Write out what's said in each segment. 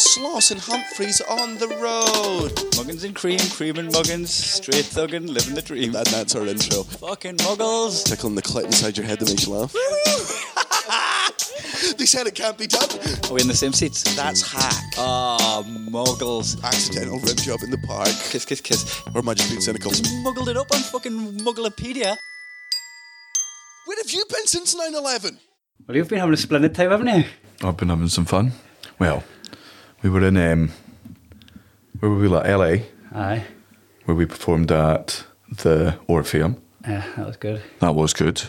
Sloss and Humphreys on the road. Muggins and cream, cream and muggins, straight thuggin', living the dream. And that's our intro. Fucking muggles. Tickling the clit inside your head that makes you laugh. they said it can't be done. Are we in the same seats? That's hack. Ah, muggles. Accidental rim job in the park. Kiss, kiss, kiss. Or am I just being cynical? Muggled it up on fucking Mugglepedia. Where have you been since 9 11? Well, you've been having a splendid time, haven't you? I've been having some fun. Well, we were in um, where were we? Like LA, Aye. where we performed at the Orpheum. Yeah, that was good. That was good.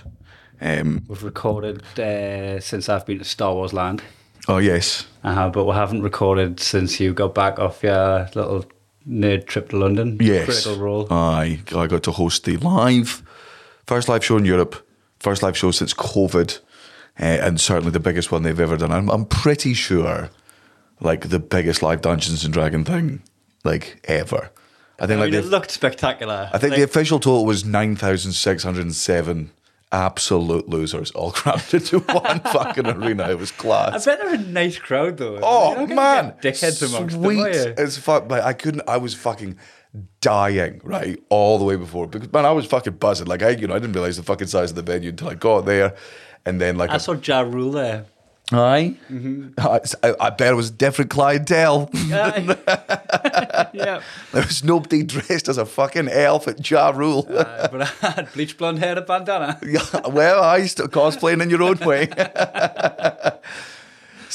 Um, We've recorded uh, since I've been to Star Wars Land, oh yes, uh, but we haven't recorded since you got back off your little nerd trip to London. yes. Uh, Critical role. I I got to host the live first live show in Europe, first live show since COVID, uh, and certainly the biggest one they've ever done. I'm, I'm pretty sure, like the biggest live Dungeons and Dragon thing, like ever. I think I like mean, they've it looked spectacular. I think the official total was 9,607 absolute losers all crammed into one fucking arena. It was I class. bet they're a nice crowd though. You're Oh, not gonna man. get dickheads amongst them, are Sweet you? as fuck. Like, I couldn't, I was fucking dying, right? All the way before. Because, man, I was fucking buzzing. Like, I, you know, I didn't realize the fucking size of the venue until I got there. And then, like, I saw Ja Rule there. aye. Mm-hmm. I, I bet it was different clientele. Aye. yeah, there was nobody dressed as a fucking elf at Ja Rule. Aye, Uh, but I had bleach blonde hair and a bandana. Yeah, well, I still cosplaying in your own way. it's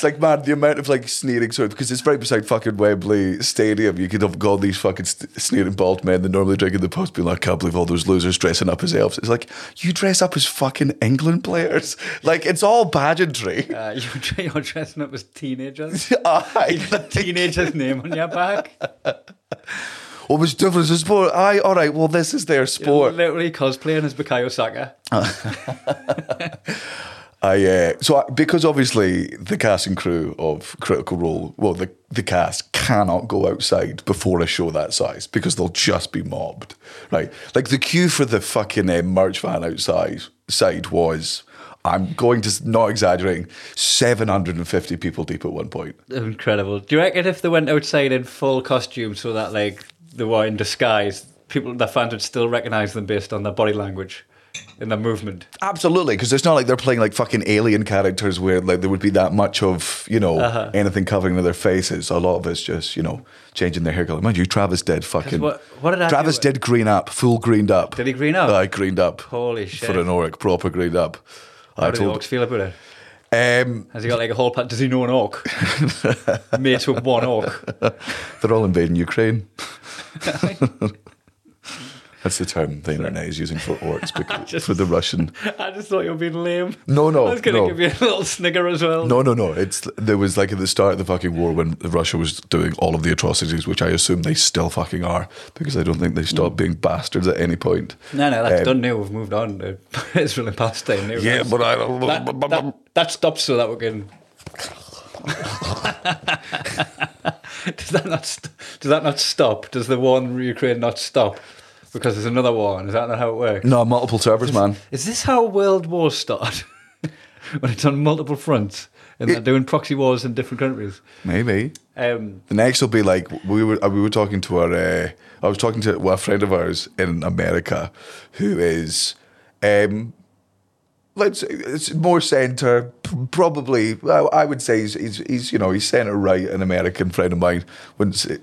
like mad the amount of like sneering sort of because it's right beside fucking Wembley Stadium. You could have got all these fucking st- sneering bald men that normally drink in the pubs, being like, "I can't believe all those losers dressing up as elves." It's like you dress up as fucking England players. Like it's all pageantry. Uh, you're, you're dressing up as teenagers. Aye. You've got a teenager's name on your back. What was different is sport? Aye, all right. Well, this is their sport. Literally cosplaying as Bukayo Saka. I uh, so I, because obviously the cast and crew of Critical Role, well, the the cast cannot go outside before a show that size because they'll just be mobbed, right? Like the queue for the fucking uh, merch van outside side was, I'm going to s- not exaggerating, seven hundred and fifty people deep at one point. Incredible. Do you reckon if they went outside in full costume so that like they were in disguise, people the fans would still recognise them based on their body language and their movement? Absolutely, because it's not like they're playing like fucking alien characters where like there would be that much of you know Uh-huh. anything covering their faces. A lot of it's just you know changing their hair color. Mind you, Travis did fucking. what- what did I Travis do? did green up, full greened up. Did he green up? I greened up. Holy shit. For an orc, proper greened up. I How do the told. orcs feel about it? Um, Has he got like a whole pack? Does he know an orc? Mate with one orc. they're all invading Ukraine. That's the term the internet is using for orcs because, for the Russian. I just thought you were being lame. No, no, I was going to no. give you a little snigger as well. No, no, no. It's there was like at the start of the fucking war when Russia was doing all of the atrocities, which I assume they still fucking are, because I don't think they stopped being bastards at any point. no, no, that's Um, done now. We've moved on to Israel and Palestine. now. Yeah, That's- but I don't. that, that, that stops so that we can. does that not st- does that not stop? Does the war in Ukraine not stop? Because there's another war. and Is that not how it works? no, multiple servers, man. Is this how world wars start? when it's on multiple fronts and they're doing proxy wars in different countries. Maybe. Um, The next will be like we were. uh, We were talking to our. Uh, I was talking to well, a friend of ours in America, who is, um, let's say it's more centre, p- probably. I I would say he's, he's he's you know he's centre right. An American friend of mine wouldn't say.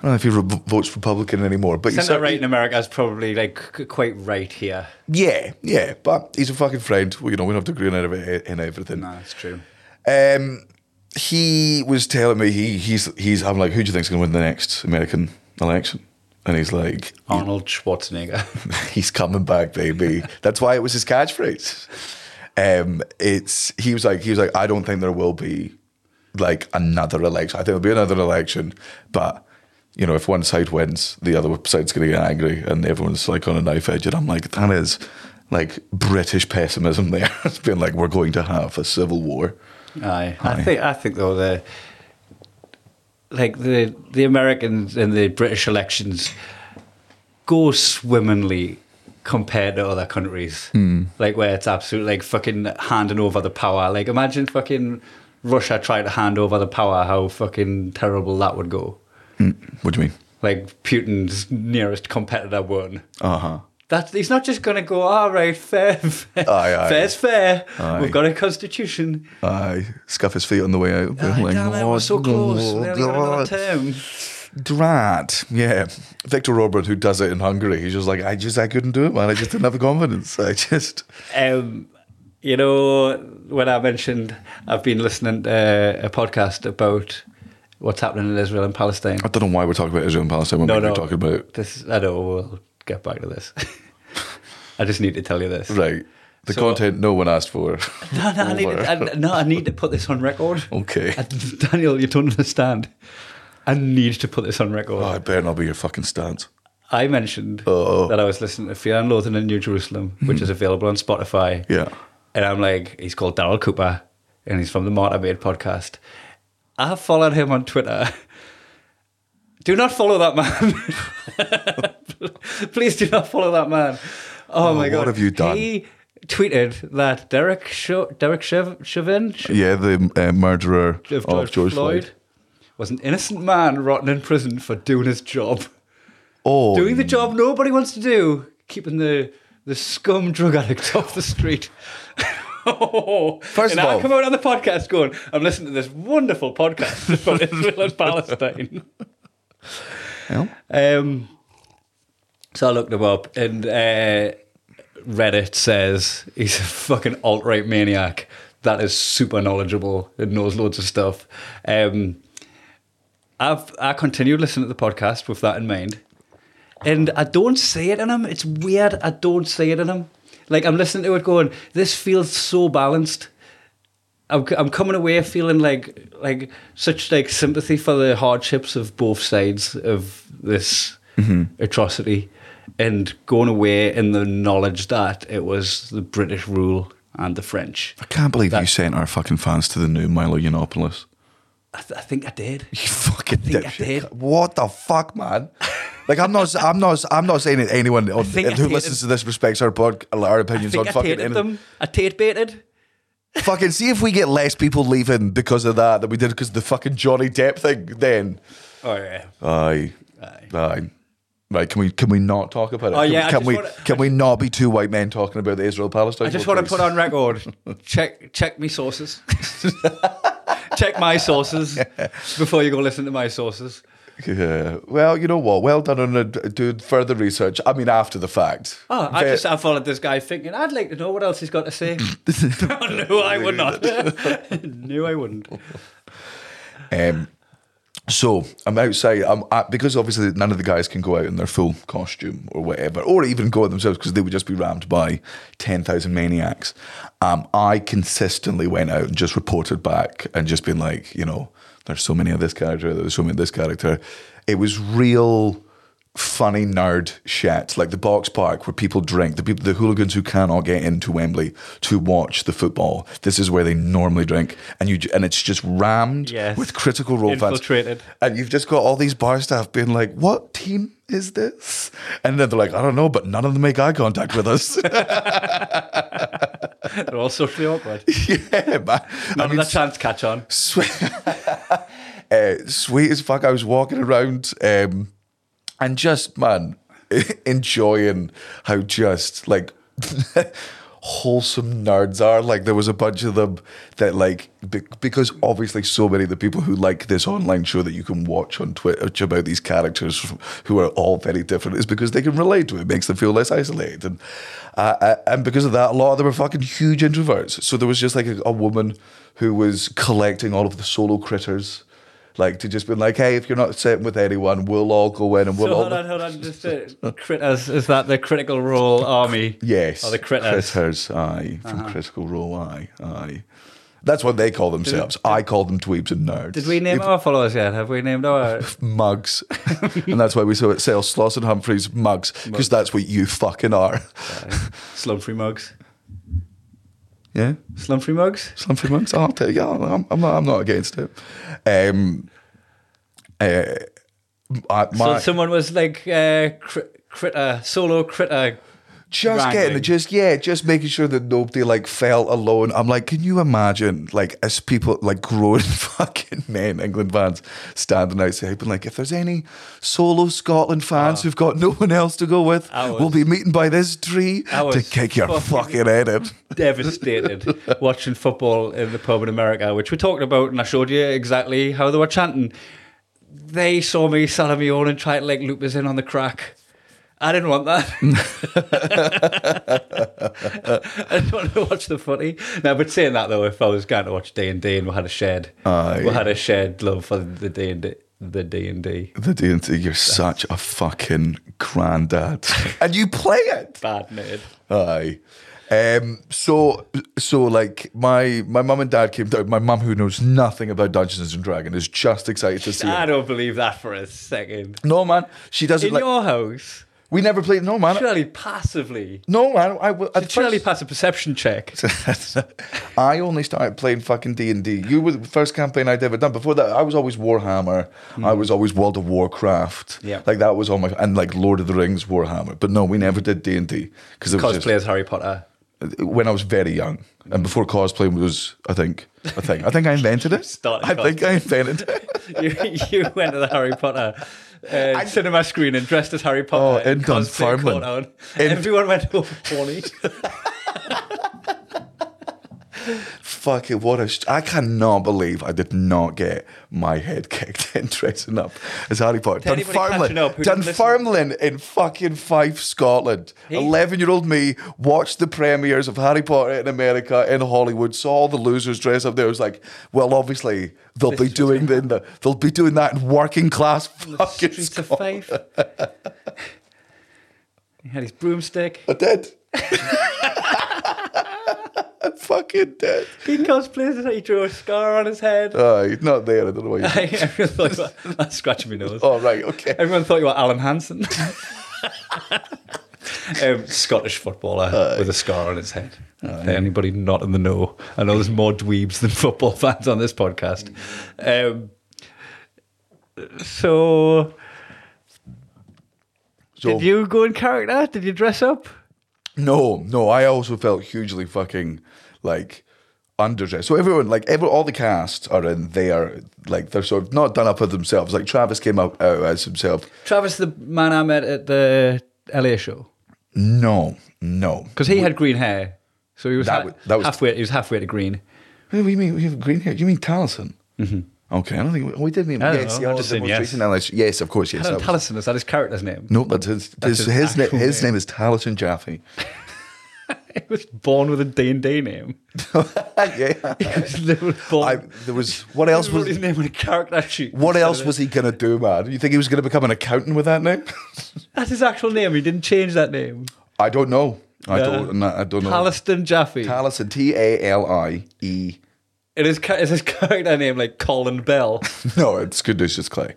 I don't know if he re- votes Republican anymore, but he's Centre certainly- right in America is probably like c- quite right here. Yeah, yeah, but he's a fucking friend. We- You know, we don't have to agree on every- in everything. No, that's true. Um, he was telling me he he's he's. I'm like, who do you think's going to win the next American election? And he's like, Arnold Schwarzenegger. he's coming back, baby. That's why it was his catchphrase. Um, it's he was like he was like, I don't think there will be like another election. I think there'll be another election, but you know, if one side wins, the other side's going to get angry, and everyone's like on a knife edge. And I'm like, that is like British pessimism. There, it's been like we're going to have a civil war. Aye. I think I think though the like the the Americans and the British elections go swimmingly compared to other Hmm. countries. Like where it's absolute like fucking handing over the power. Like imagine fucking Russia tried to hand over the power, how fucking terrible that would go. What do you mean? Like Putin's nearest competitor won. Uh huh. That's, he's not just going to go, all right, fair, fair, Aye, aye. fair's fair. Aye. We've got a constitution. I scuff his feet on the way out. Oh, Like, damn it, we're so "Oh, close. we only got another God." term. Drat. Yeah. Victor Robert, who does it in Hungary, he's just like, I just, I couldn't do it, man. I just didn't have the confidence. I just, Um, you know, when I mentioned I've been listening to uh, a podcast about what's happening in Israel and Palestine. I don't know why we're talking about Israel and Palestine when No, we're no. talking about, This, I know, we'll get back to this. I just need to tell you this. right, the So- content no one asked for. No, no, I need to, I, no, I need to put this on record. Okay. I- Daniel, you don't understand. I need to put this on record. Oh, I better not be your fucking stance. I mentioned Oh. that I was listening to Fear and Loathing in New Jerusalem, which is available on Spotify. Hmm. Yeah. And I'm like, he's called Daryl Cooper and he's from the Martyr Made podcast. I followed him on Twitter. Do not follow that man. Please do not follow that man. Oh, my what God. have you done? He tweeted that Derek, Sho Derek Chev- Chauvin, Ch- Yeah, the uh, murderer of of George, George Floyd, Floyd. was an innocent man rotting in prison for doing his job. Oh, Doing the job nobody wants to do, keeping the the scum drug addict off the street. First and of I all- come out on the podcast going, I'm listening to this wonderful podcast about Israel and Palestine. Well. Um, so I looked him up, and uh, Reddit says he's a fucking alt right maniac that is super knowledgeable and knows loads of stuff. Um, I've I continued listening to the podcast with that in mind, and I don't see it in him. It's weird. I don't see it in him. Like I'm listening to it, going, this feels so balanced. I'm, I'm coming away feeling like like such like sympathy for the hardships of both sides of this Mm-hmm. atrocity, and going away in the knowledge that it was the British rule and the French. I can't believe you sent our fucking fans to the new Milo Yiannopoulos. I, th- I think I did. You fucking think I dipshit. did. What the fuck, man? Like I'm not, I'm not, I'm not saying that anyone on, think I who hated- listens to this respects our pod, our I opinions on think I fucking tated anything. them. I tate baited. Fucking see if we get less people leaving because of that than we did because of the fucking Johnny Depp thing. Then, Oh yeah. aye, Aye. aye, Right? Can we can we not talk about it? Oh, can yeah, I can just we wanna- can we not be two white men talking about the Israel Palestine? I just want to put on record. check check me sources. check my sources before you go listen to my sources. Yeah. Well, you know what? Well done on uh, doing further research. I mean, after the fact. Oh, I Ve- just I followed this guy thinking I'd like to know what else he's got to say. no, I would not. no, I wouldn't. Um, so I'm outside. I'm at, because obviously none of the guys can go out in their full costume or whatever, or even go out themselves because they would just be rammed by ten thousand maniacs. Um, I consistently went out and just reported back and just been like, you know, there's so many of this character, there's so many of this character. It was real funny nerd shit, like the box park where people drink, the people, the hooligans who cannot get into Wembley to watch the football. This is where they normally drink, and you and it's just rammed Yes. with critical role fans. Infiltrated. And you've just got all these bar staff being like, "What team is this?" And then they're like, "I don't know," but none of them make eye contact with us. They're all socially awkward. yeah, man. I None mean, of that chance catch on. sweet, uh, sweet as fuck. I was walking around um, and just, man, enjoying how just like wholesome nerds are. Like, there was a bunch of them that, like, be- because obviously so many of the people who like this online show that you can watch on Twitch about these characters who are all very different is because they can relate to it, makes them feel less isolated. And, uh, uh, and because of that, a lot of them are fucking huge introverts. So there was just like a, a woman who was collecting all of the solo critters. Like to just be like, hey, if you're not sitting with anyone, we'll all go in and we'll So all hold on, hold on. Just uh, critters. Is that the critical role army? Yes. Or Oh, the Uh-huh. critters? Critters, aye. From Critical Role, aye. Aye. That's what they call themselves. I call them dweebs and nerds. Did we name If- our followers yet? Have we named our? mugs? and that's why we sell, sell Sloss and Humphreys mugs, because that's what you fucking are. Slum free mugs. Yeah? Slum free mugs. Humphrey mugs? I'll tell you. I'm, I'm, not, I'm not against it. Um, uh, I, my, so someone was like uh, cri- critter solo critter just getting Wrangling. the just yeah, just making sure that nobody like felt alone. I'm like, can you imagine like as people like grown fucking men, England fans standing outside, being like, if there's any solo Scotland fans who've got no one else to go with, Oh. I was- we'll be meeting by this tree I to was kick your fucking- fucking head in. devastated watching football in the pub in America, which we're talking about, and I showed you exactly how they were chanting. They saw me selling me on and tried to like loop us in on the crack. I didn't want that. I didn't want to watch the footy. Now, but saying that though, if I was going to watch D and D and we had a shared, Aye. we had a shared love for the D and D, the D and D. The DNT, you're such a fucking granddad, and you play it. Bad nerd. Aye. Um, so so like my my mum and dad came down. My mum, who knows nothing about Dungeons and Dragons, is just excited to see I it. don't believe that for a second. No man, she doesn't In like. your house, we never played. No man, surely passively. no man. I will. at Surely first- pass a perception check. I only started playing fucking D and D. You were the first campaign I'd ever done. Before that, I was always Warhammer. I was always World of Warcraft. Hmm. Yeah. like that was all my and like Lord of the Rings, Warhammer. But no, we never did D and D because it was just- Cosplay as Harry Potter. when I was very young and before cosplay was, I think, I think, I think I invented it. Started I think I invented it. You, you went to the Harry Potter uh, cinema screen and dressed as Harry Potter. Oh, and in cosplay Dunfermline. caught on. In- Everyone went "Oh, over horny. Fuck it, what a! Sh- I cannot believe I did not get my head kicked in dressing up as Harry Potter. To anybody catching up who didn't listen- Dunfermline in fucking Fife, Scotland. Eleven-year-old me watched the premieres of Harry Potter in America in Hollywood. Saw all the losers dress up there. I was like, well, obviously they'll be doing the, the they'll be doing that in working class fucking Streets of Faith. He had his broomstick. I did. I fucking did. He cosplays as he drew a scar on his head. Oh, he's not there. I don't know why. you- Everyone thought you were- that's scratching my nose. Oh, right. Okay. Everyone thought you were Alan Hansen. um, Scottish footballer with a scar on his head. Uh, Anybody not in the know? I know there's more dweebs than football fans on this podcast. Um, so, So, did you go in character? Did you dress up? no, no. I also felt hugely fucking like underdressed. So everyone, like, every, all the cast are in there. Like, they're sort of not done up with themselves. Like, Travis came up out as himself. Travis, the man I met at the LA show, No, no. because he had green hair, so he was, That ha- was- that was- halfway. He was halfway to green. What do you mean? We have green hair. You mean Taliesin? Mm-hmm. Okay, I don't think we, we did mean. I don't yes, know, yeah, I'm all just the saying most yes. recent analysis- yes, of course, yes. Alan that was- Tallison is that his character's name? No, that's his. That's his, his his, name, actual his name. name is Taliesin Jaffe. He was born with a D and D name. yeah. He was literally born- I, there was what else He wrote was his name on a character sheet. what else was he gonna do, man? You think he was gonna become an accountant with that name? That's his actual name. He didn't change that name. I don't know. I No. don't. I don't know. Palestine Jaffe. Taliesin, T A L I E. it is, ca- is his character name like Colin Bell. No, it's Caduceus Clay.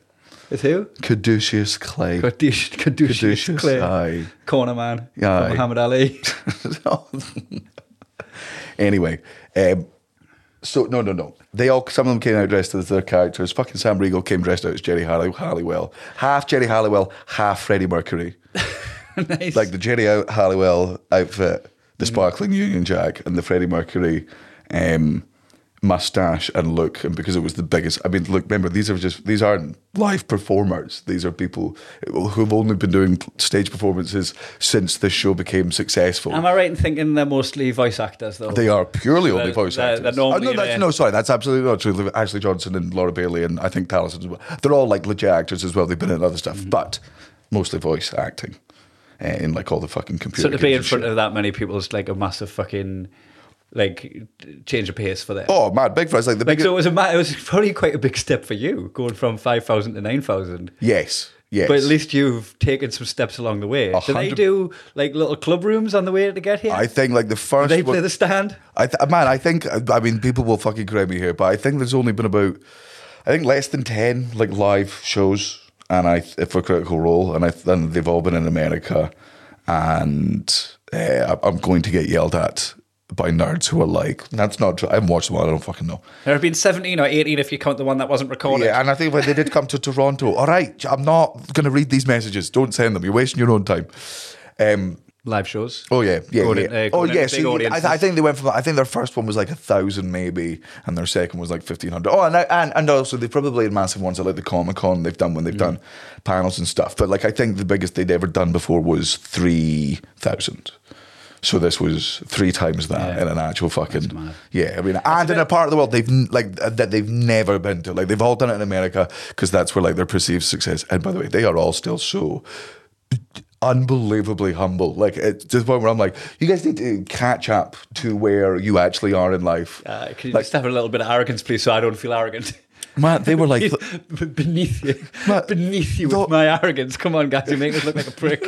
Is who? Caduceus Clay. Caduceus. Caduceus. Caduceus, Clay. aye. Corner man. from Aye. Muhammad Ali. anyway, um, so no, no, no. They all some of them came out dressed as their characters. Fucking Sam Riegel came dressed out as Jerry Halli- Halliwell, half Jerry Halliwell, half Freddie Mercury, nice. like the Jerry Hal- Halliwell outfit, Mm. the sparkling Union Jack, and the Freddie Mercury. Um, mustache and look and because it was the biggest i mean look remember these are just these aren't live performers these are people who've only been doing stage performances since this show became successful Am I right in thinking they're mostly voice actors though? they are purely only They're- voice they're- actors. they're normally oh, no, that's, there. no, sorry, that's absolutely not true. Ashley Johnson and Laura Bailey and I think Taliesin as well. They're all like legit actors as well. They've been in other stuff, Mm-hmm. but mostly voice acting uh, in like all the fucking computer. so to be in games and front shit. of that many people is like a massive fucking like change of pace for them. oh man, big for us like the Like biggest. so, it was a ma- it was probably quite a big step for you going from five thousand to nine thousand. yes, yes. But at least you've taken some steps along the way. Do they hundred- do like little club rooms on the way to get here? I think like the first. they play one- the stand. I th- man, I think I mean people will fucking correct me here, but I think there's only been about I think less than ten like live shows, and I for Critical Role, and I and they've all been in America, and uh, I'm going to get yelled at by nerds who are like, that's not true. I haven't watched them. all, I don't fucking know. There have been seventeen or eighteen if you count the one that wasn't recorded. Yeah, and I think when they did come to Toronto, all right, I'm not going to read these messages. Don't send them. You're wasting your own time. Um, live shows. Oh yeah, yeah, Going yeah. in- uh, oh going in yeah. big So you- I, audiences. th- I think they went from. I think their first one was like a thousand maybe, and their second was like fifteen hundred. Oh, and, I- and and also they probably played massive ones at like the Comic Con they've done when they've Mm. done panels and stuff. But like I think the biggest they'd ever done before was three thousand. So this was three times that Yeah. in an actual fucking mad. yeah arena, and in a part of the world they've n- like uh, that they've never been to. Like they've all done it in America because that's where like their perceived success. And by the way, they are all still so unbelievably humble. Like it's to the point where I'm like, you guys need to catch up to where you actually are in life. Uh, can you like, just have a little bit of arrogance, please, so I don't feel arrogant? Matt, they were like, beneath you, Matt, beneath you no- with my arrogance. Come on, guys, you make us look like a prick.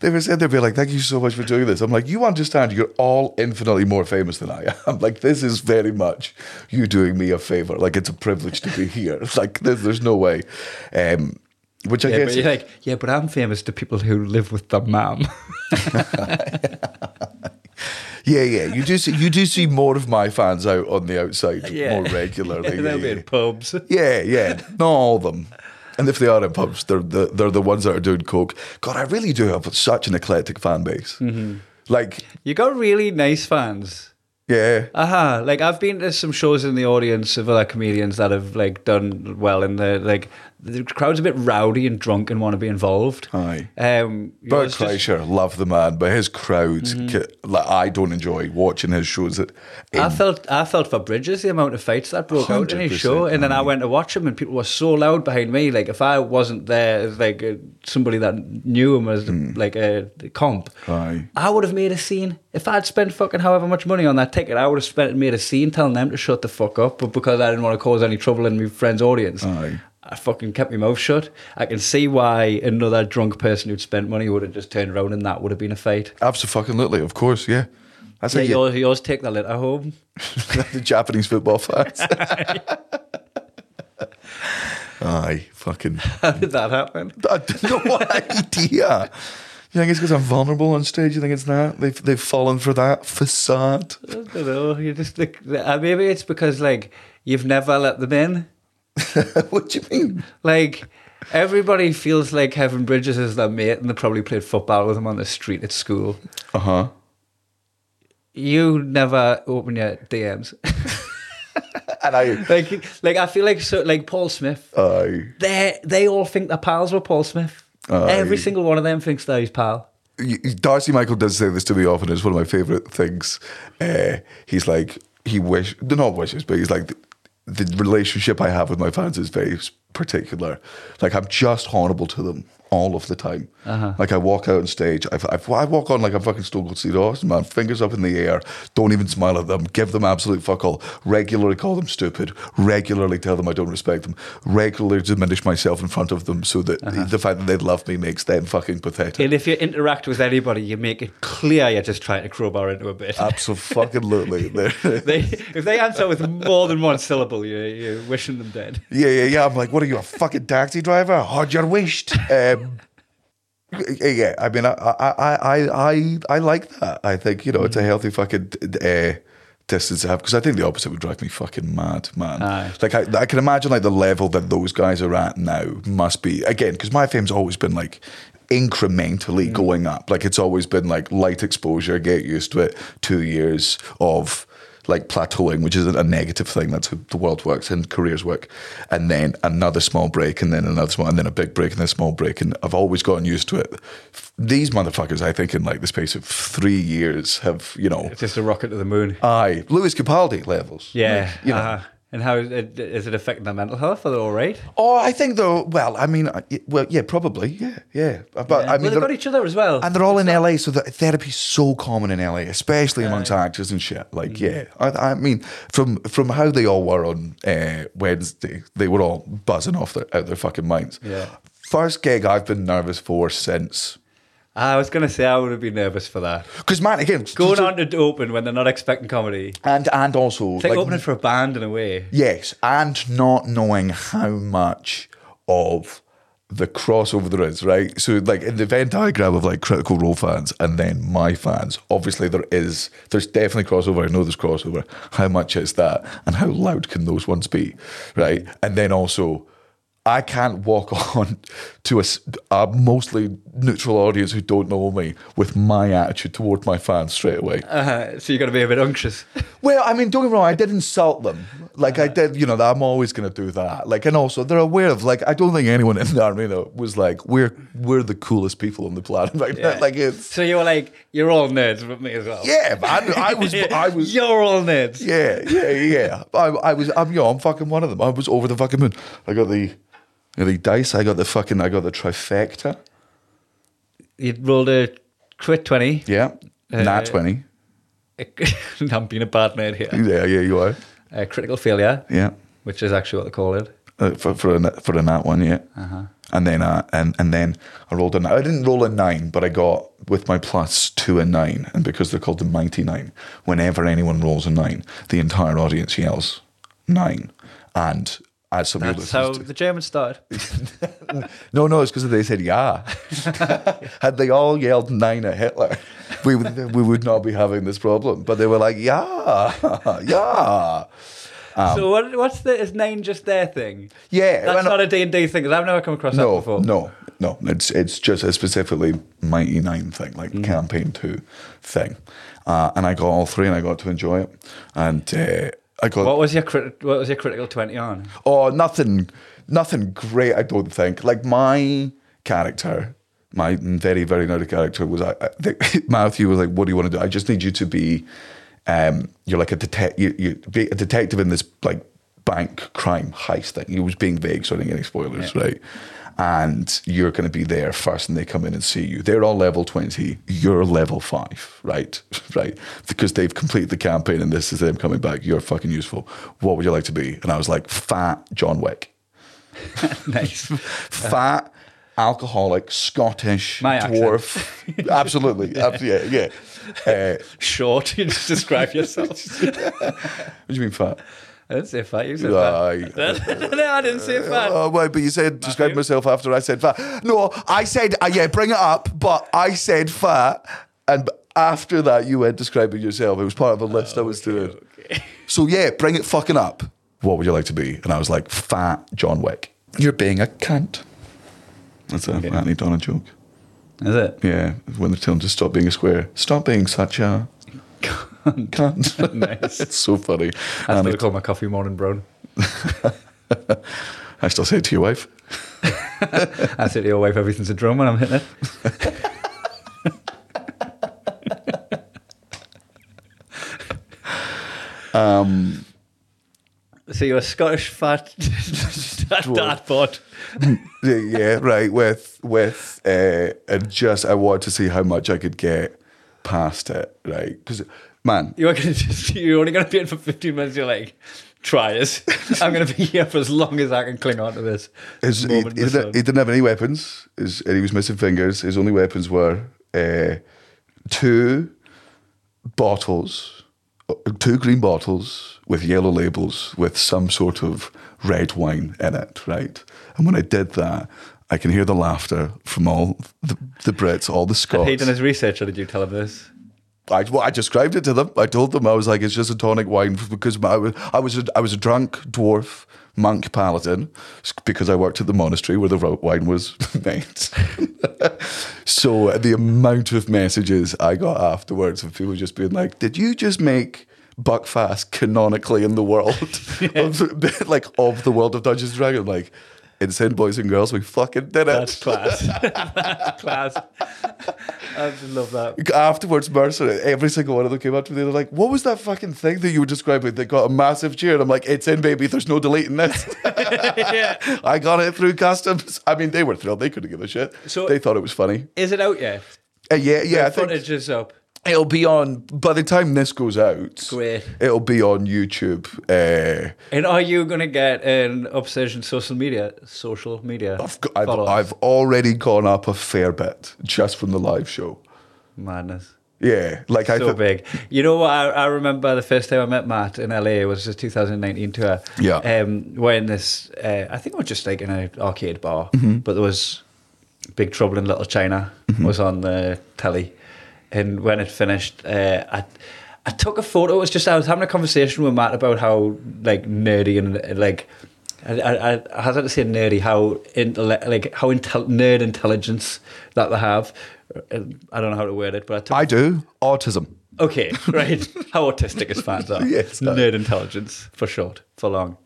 they were saying they'd be like, thank you so much for doing this. I'm like, you understand, you're all infinitely more famous than I am. Like this is very much you doing me a favor. Like it's a privilege to be here. It's Like there's, there's no way. Um, which I Yeah, guess but you're like, yeah, but I'm famous to people who live with their mum. Yeah, yeah. You do see you do see more of my fans out on the outside Yeah. more regularly. They'll be yeah, in pubs. yeah, yeah. Not all of them. And if they are in pubs, they're the, they're the ones that are doing coke. God, I really do have such an eclectic fan base. Mm-hmm. Like, You got really nice fans. yeah, Aha, uh-huh. like I've been to some shows in the audience of other comedians that have like done well in the like the crowd's a bit rowdy and drunk and want to be involved. Aye. Um you know, Bert it's just- Mm-hmm. Kreischer, love the man, but his crowds, ca- like, I don't enjoy watching his shows. That I felt I felt for Bridges the amount of fights that broke out in his show, 100%, and then I went to watch him, and people were so loud behind me. Like if I wasn't there, as, like uh, somebody that knew him as like a comp, Hmm. Aye. I would have made a scene. If I'd spent fucking however much money on that ticket, I would have spent and made a scene telling them to shut the fuck up. But because I didn't want to cause any trouble in my friend's audience, Aye. I fucking kept my mouth shut. I can see why another drunk person who'd spent money would have just turned around, and that would have been a fight. absolutely, of course, yeah. That's Yeah, like yours, yours take that letter home. the Japanese football fans. Aye, fucking How did that happen? I don't know what idea. You think it's because I'm vulnerable on stage? You think it's that they've they've fallen for that facade? I don't know. You oh, just think, uh, maybe it's because like you've never let them in. what do you mean? Like everybody feels like Kevin Bridges is their mate, and they probably played football with him on the street at school. Uh Uh-huh. huh. You never open your DMs. And I, like, like I feel like so, like Paul Smith. I, They they all think they're pals with Paul Smith. Aye. Every single one of them thinks they're his pal. y- y- Darcy Michael does say this to me often. It's one of my favorite things. Uh, he's like he wish, no, not wishes, but he's like the, the relationship I have with my fans is very s- particular. Like I'm just horrible to them all of the time. Like I walk out on stage, I, I, I walk on like I'm fucking Stone Cold Steve Austin, man. Fingers up in the air, don't even smile at them, give them absolute fuck all. Regularly call them stupid. Regularly tell them I don't respect them. Regularly diminish myself in front of them so that the fact that they love me makes them fucking pathetic. And if you interact with anybody, you make it clear you're just trying to crowbar into a bit. Absolutely. yeah, they, if they answer with more than one syllable, you you're wishing them dead. yeah, yeah. I'm like, what are you, a fucking taxi driver? Hard your wished. Um, yeah, yeah, I mean, I, I, I, I- I, I like that. I think, you know, it's a healthy fucking uh, distance to have because I think the opposite would drive me fucking mad, man. Aye. Like, I, I can imagine, like, the level that those guys are at now must be, again, because my fame's always been like, incrementally going up like it's always been like light exposure get used to it two years of like plateauing, which isn't a negative thing. That's how the world works and careers work. And then another small break, and then another small, and then a big break, and then a small break. And I've always gotten used to it. These motherfuckers, I think, in like the space of three years, have you know, It's just a rocket to the moon. aye, Louis Capaldi levels. Yeah. Like, Oh, you know. uh-huh. And how is it, is it affecting their mental health? Are they all right? Oh, I think though. Well, I mean, I- well, yeah, probably, yeah, yeah. Uh, But well, I mean, they've they're- got each other as well. And they're all in LA, so that therapy's so common in LA, especially amongst actors and shit. Like, Mm-hmm. yeah, I, I mean, from from how they all were on uh, Wednesday, they were all buzzing off their out their fucking minds. Yeah. First gig I've been nervous for since, Ah, I was going to say I would have been nervous for that. because man, again, Going on to open when they're not expecting comedy. and and also It's like, opening for a band in a way. Yes, and not knowing how much of the crossover there is, right? So, like in the Venn diagram of like Critical Role fans and then my fans, obviously there is, there's definitely crossover. I know there's crossover. How much is that, and how loud can those ones be, right? And then also, I can't walk on to a, s- a mostly neutral audience who don't know me with my attitude toward my fans straight away. Uh, so you got to be a bit unctuous. Well, I mean, don't get me wrong, I did insult them. Like, I did, you know, I'm always going to do that. Like, and also, they're aware of, like, I don't think anyone in the arena was like, we're we're the coolest people on the planet right now. Like, it's, So you're like, you're all nerds with me as well. yeah, man, I was, I was, You're all nerds. yeah, yeah, yeah. I, I was, I'm, you know, I'm fucking one of them. I was over the fucking moon. I got the, I got the dice, I got the fucking, I got the trifecta. You rolled a crit 20. Yeah. Uh, Nat 20. I'm being a bad nerd here. Yeah, yeah, you are. A critical failure, Yeah. which is actually what they call it. Uh, for for a na- for a nat one, yeah. Uh-huh. And then uh, and and then I rolled a nine. I didn't roll a nine, but I got with my plus two a nine, and because they're called the mighty nine, whenever anyone rolls a nine, the entire audience yells nine, and as somebody That's how listens to, the Germans started. no, no, it's because they said yeah. Had they all yelled nine at Hitler, we would, we would not be having this problem. But they were like yeah, yeah. so what, what's the is nine just their thing? Um, Yeah, that's and- not a D and D thing. 'cause I've never come across that No, before. no, no. It's it's just a specifically Mighty Nine thing, like Mm-hmm. campaign two thing. Uh, and I got all three, and I got to enjoy it. And uh, I got What was your crit, what was your critical twenty on? oh nothing, nothing great. I don't think like my character. My very very nerdy character was I, I think Matthew was like, "What do you want to do? I just need you to be, um, you're like a detect, you, you be a detective in this like bank crime heist thing." He was being vague, so I didn't get any spoilers, right? and you're going to be there first and they come in and see you they're all level 20 you're level 5 right right because they've completed the campaign and this is them coming back you're fucking useful what would you like to be and i was like fat john wick nice. fat alcoholic scottish My accent. dwarf absolutely ab- yeah yeah uh, Short. You just describe yourself. what do you mean fat I didn't say fat. You said Right. fat. no, I didn't say fat. Oh, wait, but you said describe myself after I said fat. No, I said, uh, yeah, bring it up, but I said fat. And after that, you went describing yourself. It was part of a list I was doing. So, yeah, bring it fucking up. What would you like to be? And I was like, fat John Wick. You're being a cunt. That's a Anthony Donna joke. Is it? Yeah, when they're telling him to stop being a square, stop being such a cunt. Nice. it's so funny. I And still call my coffee morning brown. I still say it to your wife. I sit your wife everything's a drum when I'm hitting it. um, so you're a Scottish fat dartboard. Yeah, yeah, right. With with uh, and just I wanted to see how much I could get past it, right? Because man, You're gonna just, you're only gonna be in for 15 minutes. You're like, try this. I'm gonna be here for as long as I can cling on to this. his, he, he, moment in the sun. didn't, he didn't have any weapons, his, and he was missing fingers. His only weapons were uh, two bottles, uh, two green bottles with yellow labels with some sort of red wine in it, right? And when I did that. I can hear the laughter from all the, the Brits, all the Scots. He'd done his research, or did you tell him this? I, well, I described it to them. I told them I was like, it's just a tonic wine because I was I was a, I was a drunk dwarf monk paladin because I worked at the monastery where the ro- wine was made. so uh, the amount of messages I got afterwards of people just being like, "Did you just make?" Buckfast canonically in the world, of the, like of the world of Dungeons and Dragons, like insane boys and girls, we fucking did it. That's class. That's class. I just love that. afterwards, Mercer, every single one of them came up to me. They were like, "What was that fucking thing that you were describing?" They got a massive cheer, and I'm like, "It's in, baby. There's no deleting this. I got it through customs. I mean, they were thrilled. They couldn't give a shit. So- they thought it was funny. Is it out yet? Uh, yeah, yeah. I think Footage is up. it'll be on by the time this goes out. Great. It'll be on YouTube. Uh, And are you going to get an obsession social media? Social media. I've, got, I've, follow? I've already gone up a fair bit just from the live show. Madness. Yeah, like I So thought. big. You know what? I, I remember the first time I met Matt in LA was his 2019 tour. Yeah. Um, we're in this, uh, I think we were just like in an arcade bar, Mm-hmm. but there was Big Trouble in Little China was on the telly. And when it finished, uh, I, I took a photo. It was just, I was having a conversation with Matt about how like nerdy and like I, I, I- I had to say nerdy how intelle- like how intel- nerd intelligence that they have. Uh, I don't know how to word it, but I took I do autism. Okay, right. How autistic his fans are. Yes, I- Nerd intelligence, for short, for long.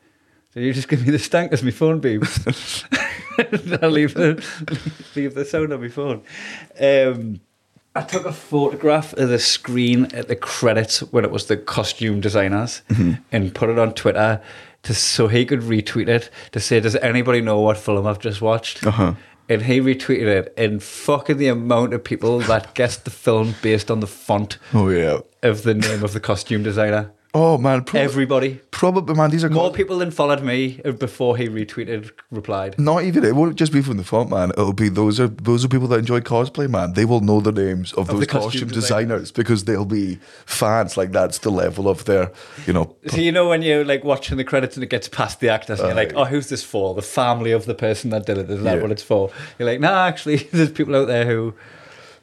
So you just give me the stank as my phone beeps. I'll leave the, leave the sound on my phone. Um, I took a photograph of the screen at the credits when it was the costume designers Mm-hmm. and put it on Twitter to, so he could retweet it to say, Does anybody know what film I've just watched? Uh-huh. And he retweeted it, and fucking the amount of people that guessed the film based on the font Oh yeah. of the name of the costume designer. Oh man, prob- Everybody. probably man. These are More called- people than followed me before he retweeted, replied. not even. It won't just be from the font, man. It'll be those are those are people that enjoy cosplay, man. They will know the names of, those the costume, costume designers. designers. because they'll be fans. Like that's the level of their, you know. So you know when you're like watching the credits and it gets past the actors and you're like, oh, who's this for? The family of the person that did it. Is that Yeah. what it's for? You're like, nah, actually, there's people out there who.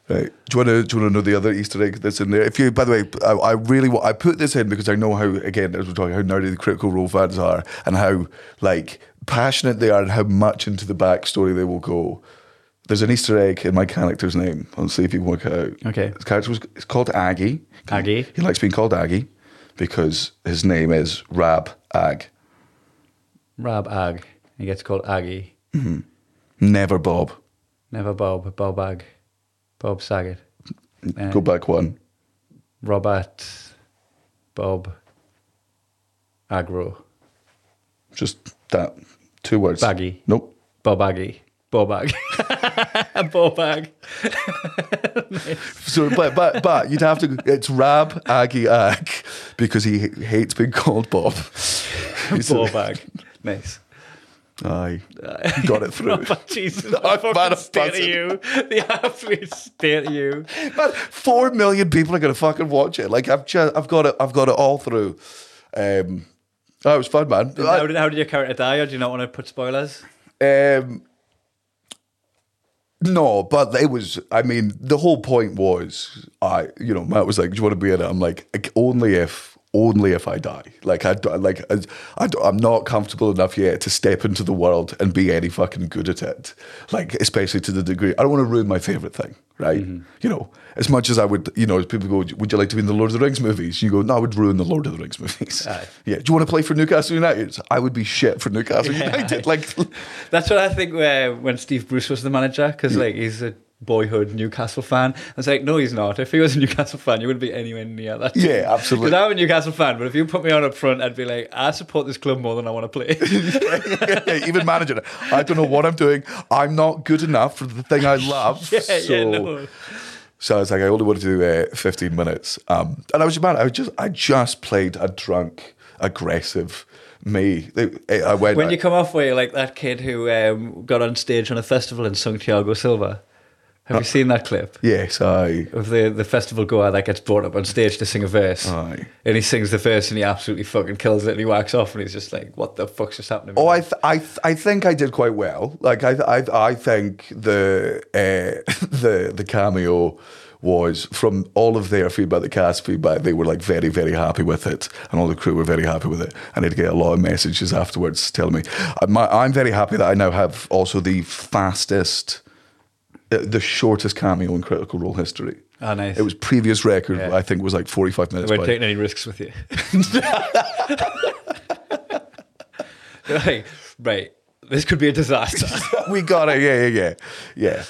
Right. Do you want to do you want to know the other Easter egg that's in there? If you, by the way, I, I really want. I put this in because I know how again as we're talking how nerdy the Critical Role fans are and how like passionate they are and how much into the backstory they will go. There's an Easter egg in my character's name. I'll see if you can work it out. Okay. His character was it's called Aggie. Aggie. He likes being called Aggie because his name is Rab Ag. Rab Ag. He gets called Aggie. Never Bob. Never Bob. Bob Ag. Bob Saget. Uh, Go back one. Robert. Bob. Agro. Just that. Two words. Baggy. Nope. Bob Aggie. Bob Ag. Bob Ag. So, but but but you'd have to. It's Rab Aggie Ag because he h- hates being called Bob. He's a- Bob Ag. Nice. Aye, got it through. Proper Oh, Jesus, No, the man, I'm fucking state buzzing. of you. The absolute state of you. But four million people are gonna fucking watch it. Like I've just, I've got it. I've got it all through. Um, oh, it was fun, man. How did, how did your character die, or do you not want to put spoilers? Um, no, but it was. I mean, the whole point was, I, you know, Matt was like, "Do you want to be in it?" I'm like, "Only if, only if I die." Like, I, don't- like, I, I don't- I'm not comfortable enough yet to step into the world and be any fucking good at it. Like, especially to the degree, I don't want to ruin my favorite thing, right? You know, as much as I would, you know, as people go, "Would you like to be in the Lord of the Rings movies?" You go, "No, I would ruin the Lord of the Rings movies." Aye. Yeah. Do you want to play for Newcastle United? I would be shit for Newcastle United. Like. That's what I think uh, when Steve Bruce was the manager, Mm. because like he's a boyhood Newcastle fan. I was like, no, he's not. If he was a Newcastle fan, you wouldn't be anywhere near that. Yeah, absolutely. Because I'm a Newcastle fan, but if you put me on up front, I'd be like, I support this club more than I want to play. yeah, even managing it. I don't know what I'm doing. I'm not good enough for the thing I love. yeah, so, yeah, no. so I was like, I only wanted to do uh, 15 minutes. Um, and I was mad. I was just, I just played a drunk, aggressive me. They- I went. When you come off, where you're like that kid who um, got on stage on a festival and sung Tiago Silva. Have Uh, you seen that clip? yes, I. of the, the festival goer that gets brought up on stage to sing a verse. Aye. And he sings the verse and he absolutely fucking kills it and he whacks off and he's just like, what the fuck's just happening? Oh, I, th- I, th- I think I did quite well. Like I, th- I, th- I think the uh, the the cameo was from all of their feedback, the cast feedback. They were like very, very happy with it, and all the crew were very happy with it. I did get a lot of messages afterwards telling me I- my, I'm very happy that I now have also the fastest, uh, the shortest cameo in Critical Role history. Ah, nice. It was previous record. Yeah. I think was like 45 minutes. They weren't by- taking any risks with you. They're like, right, this could be a disaster. we got it. Yeah, yeah, yeah, yeah.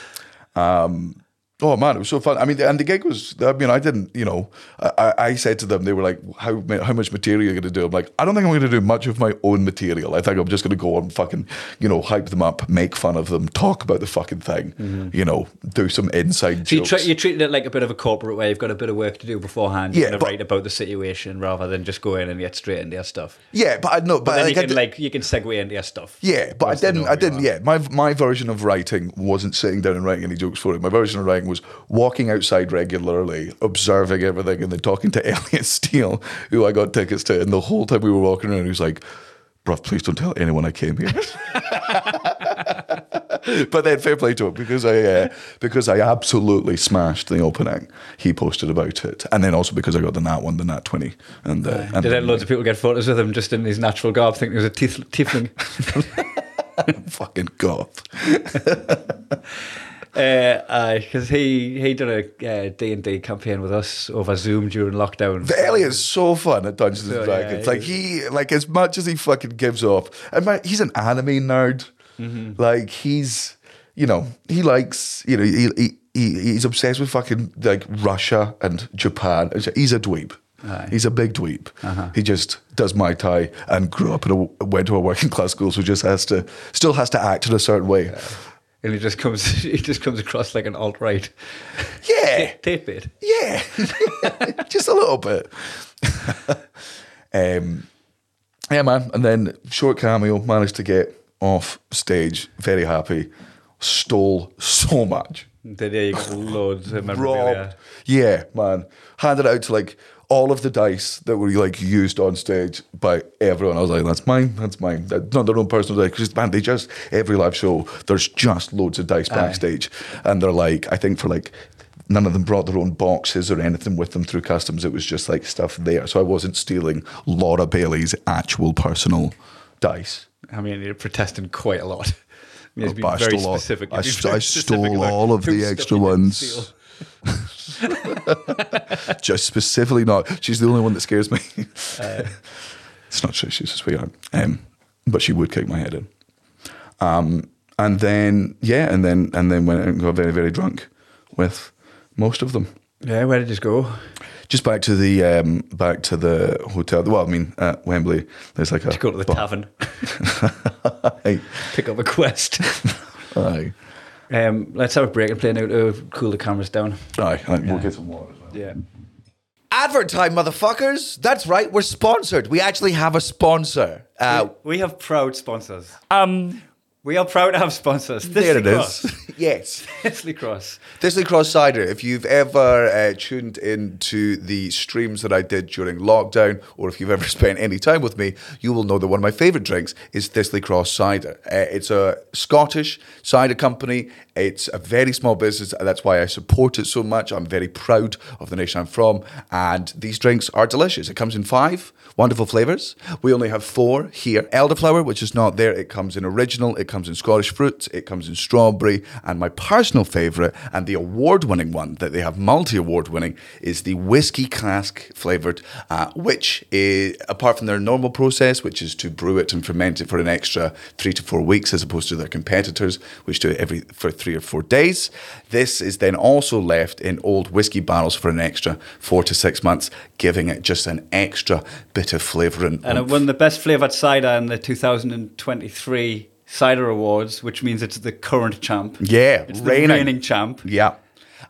Um, oh man, it was so fun. I mean, and the gig was. I mean, I didn't. You know, I, I- I said to them, they were like, "How ma- how much material are you going to do?" I'm like, "I don't think I'm going to do much of my own material. I think I'm just going to go and fucking, you know, hype them up, make fun of them, talk about the fucking thing, you know, do some inside Mm-hmm. so you, jokes." tr- you treated it like a bit of a corporate way. You've got a bit of work to do beforehand. Yeah, You're going to but- write about the situation rather than just go in and get straight into your stuff. yeah, but I know, But but, then like, you I can did- like you can segue into your stuff. Yeah, but I once they didn't. know I who you didn't. are. Yeah, my my version of writing wasn't sitting down and writing any jokes for it. My version of writing was walking outside regularly, observing everything, and then talking to Elliot Steele, who I got tickets to. And the whole time we were walking around, he was like, "Bruv, please don't tell anyone I came here." but then fair play to him because I uh, because I absolutely smashed the opening. He posted about it, and then also because I got the nat one, the nat twenty, and, uh, and Did then loads of people get photos with him just in his natural garb, thinking he was a teeth, tiefling? fucking goth. uh, because he he did a uh, D and D campaign with us over Zoom during lockdown. The Elliot's so fun at Dungeons So, and yeah, Dragons. he like he, like as much as he fucking gives off, and my, he's an anime nerd. Mm-hmm. Like he's, you know, he likes, you know, he, he, he he's obsessed with fucking like Russia and Japan. He's a dweeb. Aye. Uh-huh. He's a big dweeb. He just does Muay Thai and grew up in a went to a working class school, so just has to still has to act in a certain way. and he just comes he just comes across like an alt right Yeah. tape bit. Yeah, just a little bit. um, yeah, man. And then short cameo managed to get off stage, very happy. Stole so much, Did he got loads of robbed. memorabilia? Yeah, man. Handed out to like all of the dice that were like used on stage by everyone. I was like, that's mine, that's mine. That's not their own personal dice. 'Cause, man, they just every live show, there's just loads of dice backstage, and they're like, I think for like. None of them brought their own boxes or anything with them through customs. It was just like stuff there. So I wasn't stealing Laura Bailey's actual personal dice. I mean, you're protesting quite a lot. I mean, he's been Oh, But I very stole all- specific. I He's been st- very I specific stole about all of who the stuff extra he didn't ones. steal. just specifically not. She's the only one that scares me. Uh. it's not true. She's a sweetheart, um, but she would kick my head in. Um, and then yeah, and then and then went and got very very drunk with most of them. Yeah, where did you go? Just back to the um, back to the hotel. Well, I mean at Wembley, there's like a To go to the tavern, Aye. pick up a quest. Aye. um, let's have a break and play now to cool the cameras down. Aye, aye, we'll get some water. as well. Yeah. Advert time, motherfuckers. That's right, we're sponsored. We actually have a sponsor. Uh, We have proud sponsors. um, We are proud to have sponsors. There it Thistley Cross. is. yes. Thistley Cross. Disney Cross Cider, if you've ever uh, tuned into the streams that I did during lockdown, or if you've ever spent any time with me, you will know that one of my favourite drinks is Thistley Cross Cider. Uh, it's a Scottish cider company. It's a very small business, and that's why I support it so much. I'm very proud of the nation I'm from, and these drinks are delicious. It comes in five wonderful flavours. We only have four here. Elderflower, which is not there, it comes in original, it comes in Scottish fruit, it comes in strawberry, and my personal favourite and the award winning one that they have multi award winning is the whiskey cask flavoured, uh, which is, apart from their normal process, which is to brew it and ferment it for an extra three to four weeks as opposed to their competitors, which do it every for three or four days. This is then also left in old whiskey barrels for an extra four to six months, giving it just an extra bit of flavour and, And it won the best flavoured cider in the 2023 Cider Awards, which means it's the current champ. Yeah, It's reigning. Ah. the reigning champ. Yeah.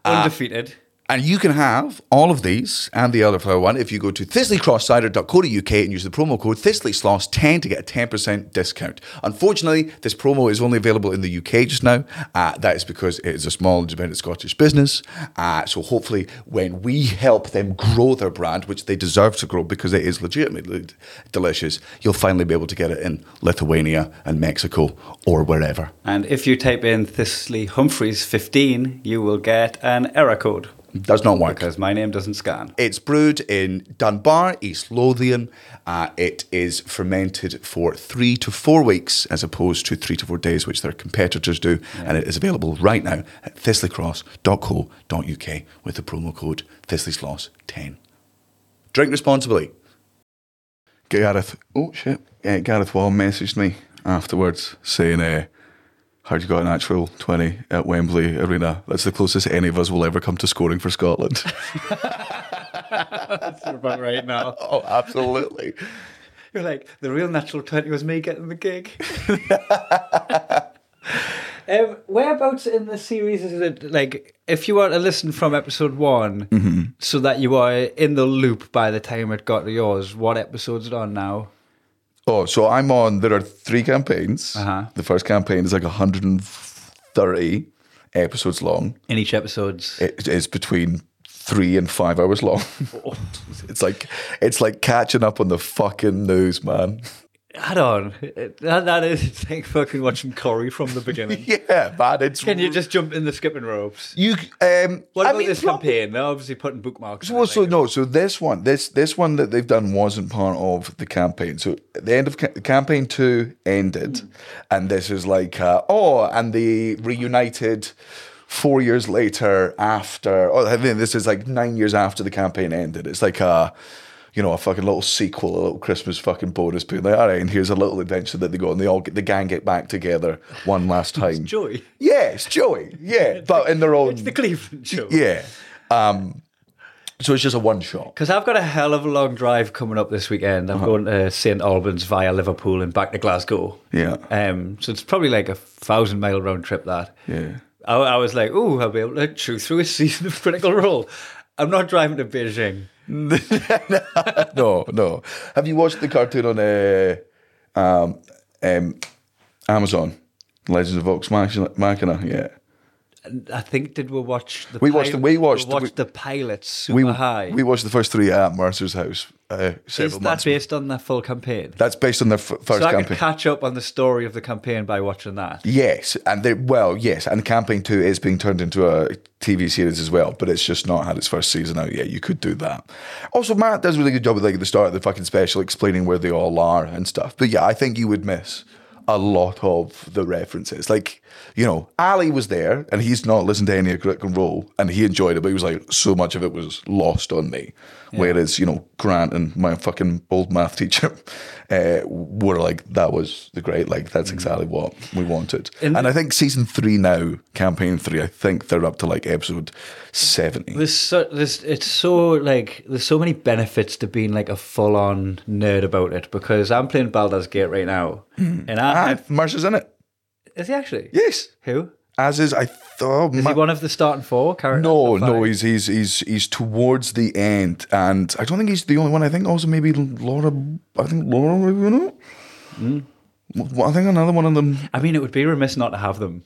Undefeated. And you can have all of these and the other flower one if you go to thistleycrosscider.co.uk and use the promo code thistleysloss10 to get a 10% discount. Unfortunately, this promo is only available in the UK just now. Uh, that is because it is a small independent Scottish business. Uh, so hopefully, when we help them grow their brand, which they deserve to grow because it is legitimately delicious, you'll finally be able to get it in Lithuania and Mexico or wherever. And if you type in Thistley Humphreys 15, you will get an error code Does not work. because my name doesn't scan. It's brewed in Dunbar, East Lothian. Uh, it is fermented for three to four weeks as opposed to three to four days, which their competitors do. And it is available right now at thistleycross.co.uk with the promo code thistleyslaws10. Drink responsibly. Gareth, oh shit, uh, Gareth Wall messaged me afterwards saying, uh, How'd you got an actual 20 at Wembley Arena? That's the closest any of us will ever come to scoring for Scotland. About right now. Oh, absolutely. You're like, the real natural 20 was me getting the gig. um, whereabouts in the series is it? Like, if you were to listen from episode one, so that you are in the loop by the time it got to yours, what episode's it on now? Oh, so I'm on. There are three campaigns. Uh-huh. The first campaign is like 130 episodes long. In each episode's. It is between three and five hours long. it's like it's like catching up on the fucking news, man. Add on. It- That, that is it's like fucking watching Corey from the beginning. Mm. Yeah, man. It's Can you just jump in the skipping ropes? you? Um, What I about mean, this prob- campaign? They're obviously putting bookmarks. in Well, it, so like- no, so this one, this this one that they've done wasn't part of the campaign. So at the end of ca- campaign two ended, Mm. and this is like uh, oh, and they reunited four years later after. Oh, I think this is like nine years after the campaign ended. It's like a. You know, a fucking little sequel, a little Christmas fucking bonus. Being like, all right, and here's a little adventure that they go, and they all get the gang get back together one last time. Joey. yeah, it's Joey, yeah, but in their own, It's the Cleveland show. yeah. Um, so it's just a one shot. Because I've got a hell of a long drive coming up this weekend. Uh-huh. I'm going to St Albans via Liverpool and back to Glasgow. Yeah. Um, so it's probably like a thousand mile round trip that. Yeah. I, I was like, ooh, I'll be able to chew through a season of Critical Role. I'm not driving to Beijing. No, no. Have you watched the cartoon on uh, um, um, Amazon? Legends of Vox Machina? Machina? Yeah. I think did we watch the We watched the- pilot- we watched the- we watched the, pilot super We high. we watched the first three at Mercer's house uh, Is several that months. based on the full campaign? That's based on their f- first so I could campaign. catch up on the story of the campaign by watching that. yes, and they well, yes, and campaign two is being turned into a TV series as well, but it's just not had its first season out yet. You could do that. Also, Matt does a really good job with like at the start of the fucking special explaining where they all are and stuff. But yeah, I think you would miss a lot of the references. Like, you know, Ali was there and he's not listened to any of Critical Role and he enjoyed it, but he was like, so much of it was lost on me. Whereas, you know, Grant and my fucking old math teacher uh, were like, that was the great, like, that's exactly what we wanted. Mm. And- and I think season three now, campaign three, I think they're up to like episode 70. There's so there's it's so like there's so many benefits to being like a full on nerd about it because I'm playing Baldur's Gate right now and I Ah, Mercer's in it. is he actually Yes. who As is, I thought. is he one of the starting four characters? No, Or five? no, he's he's he's he's towards the end, and I don't think he's the only one. I think also maybe Laura. I think Laura, maybe you know. Hmm? Well, I think another one of them. I mean, it would be remiss not to have them.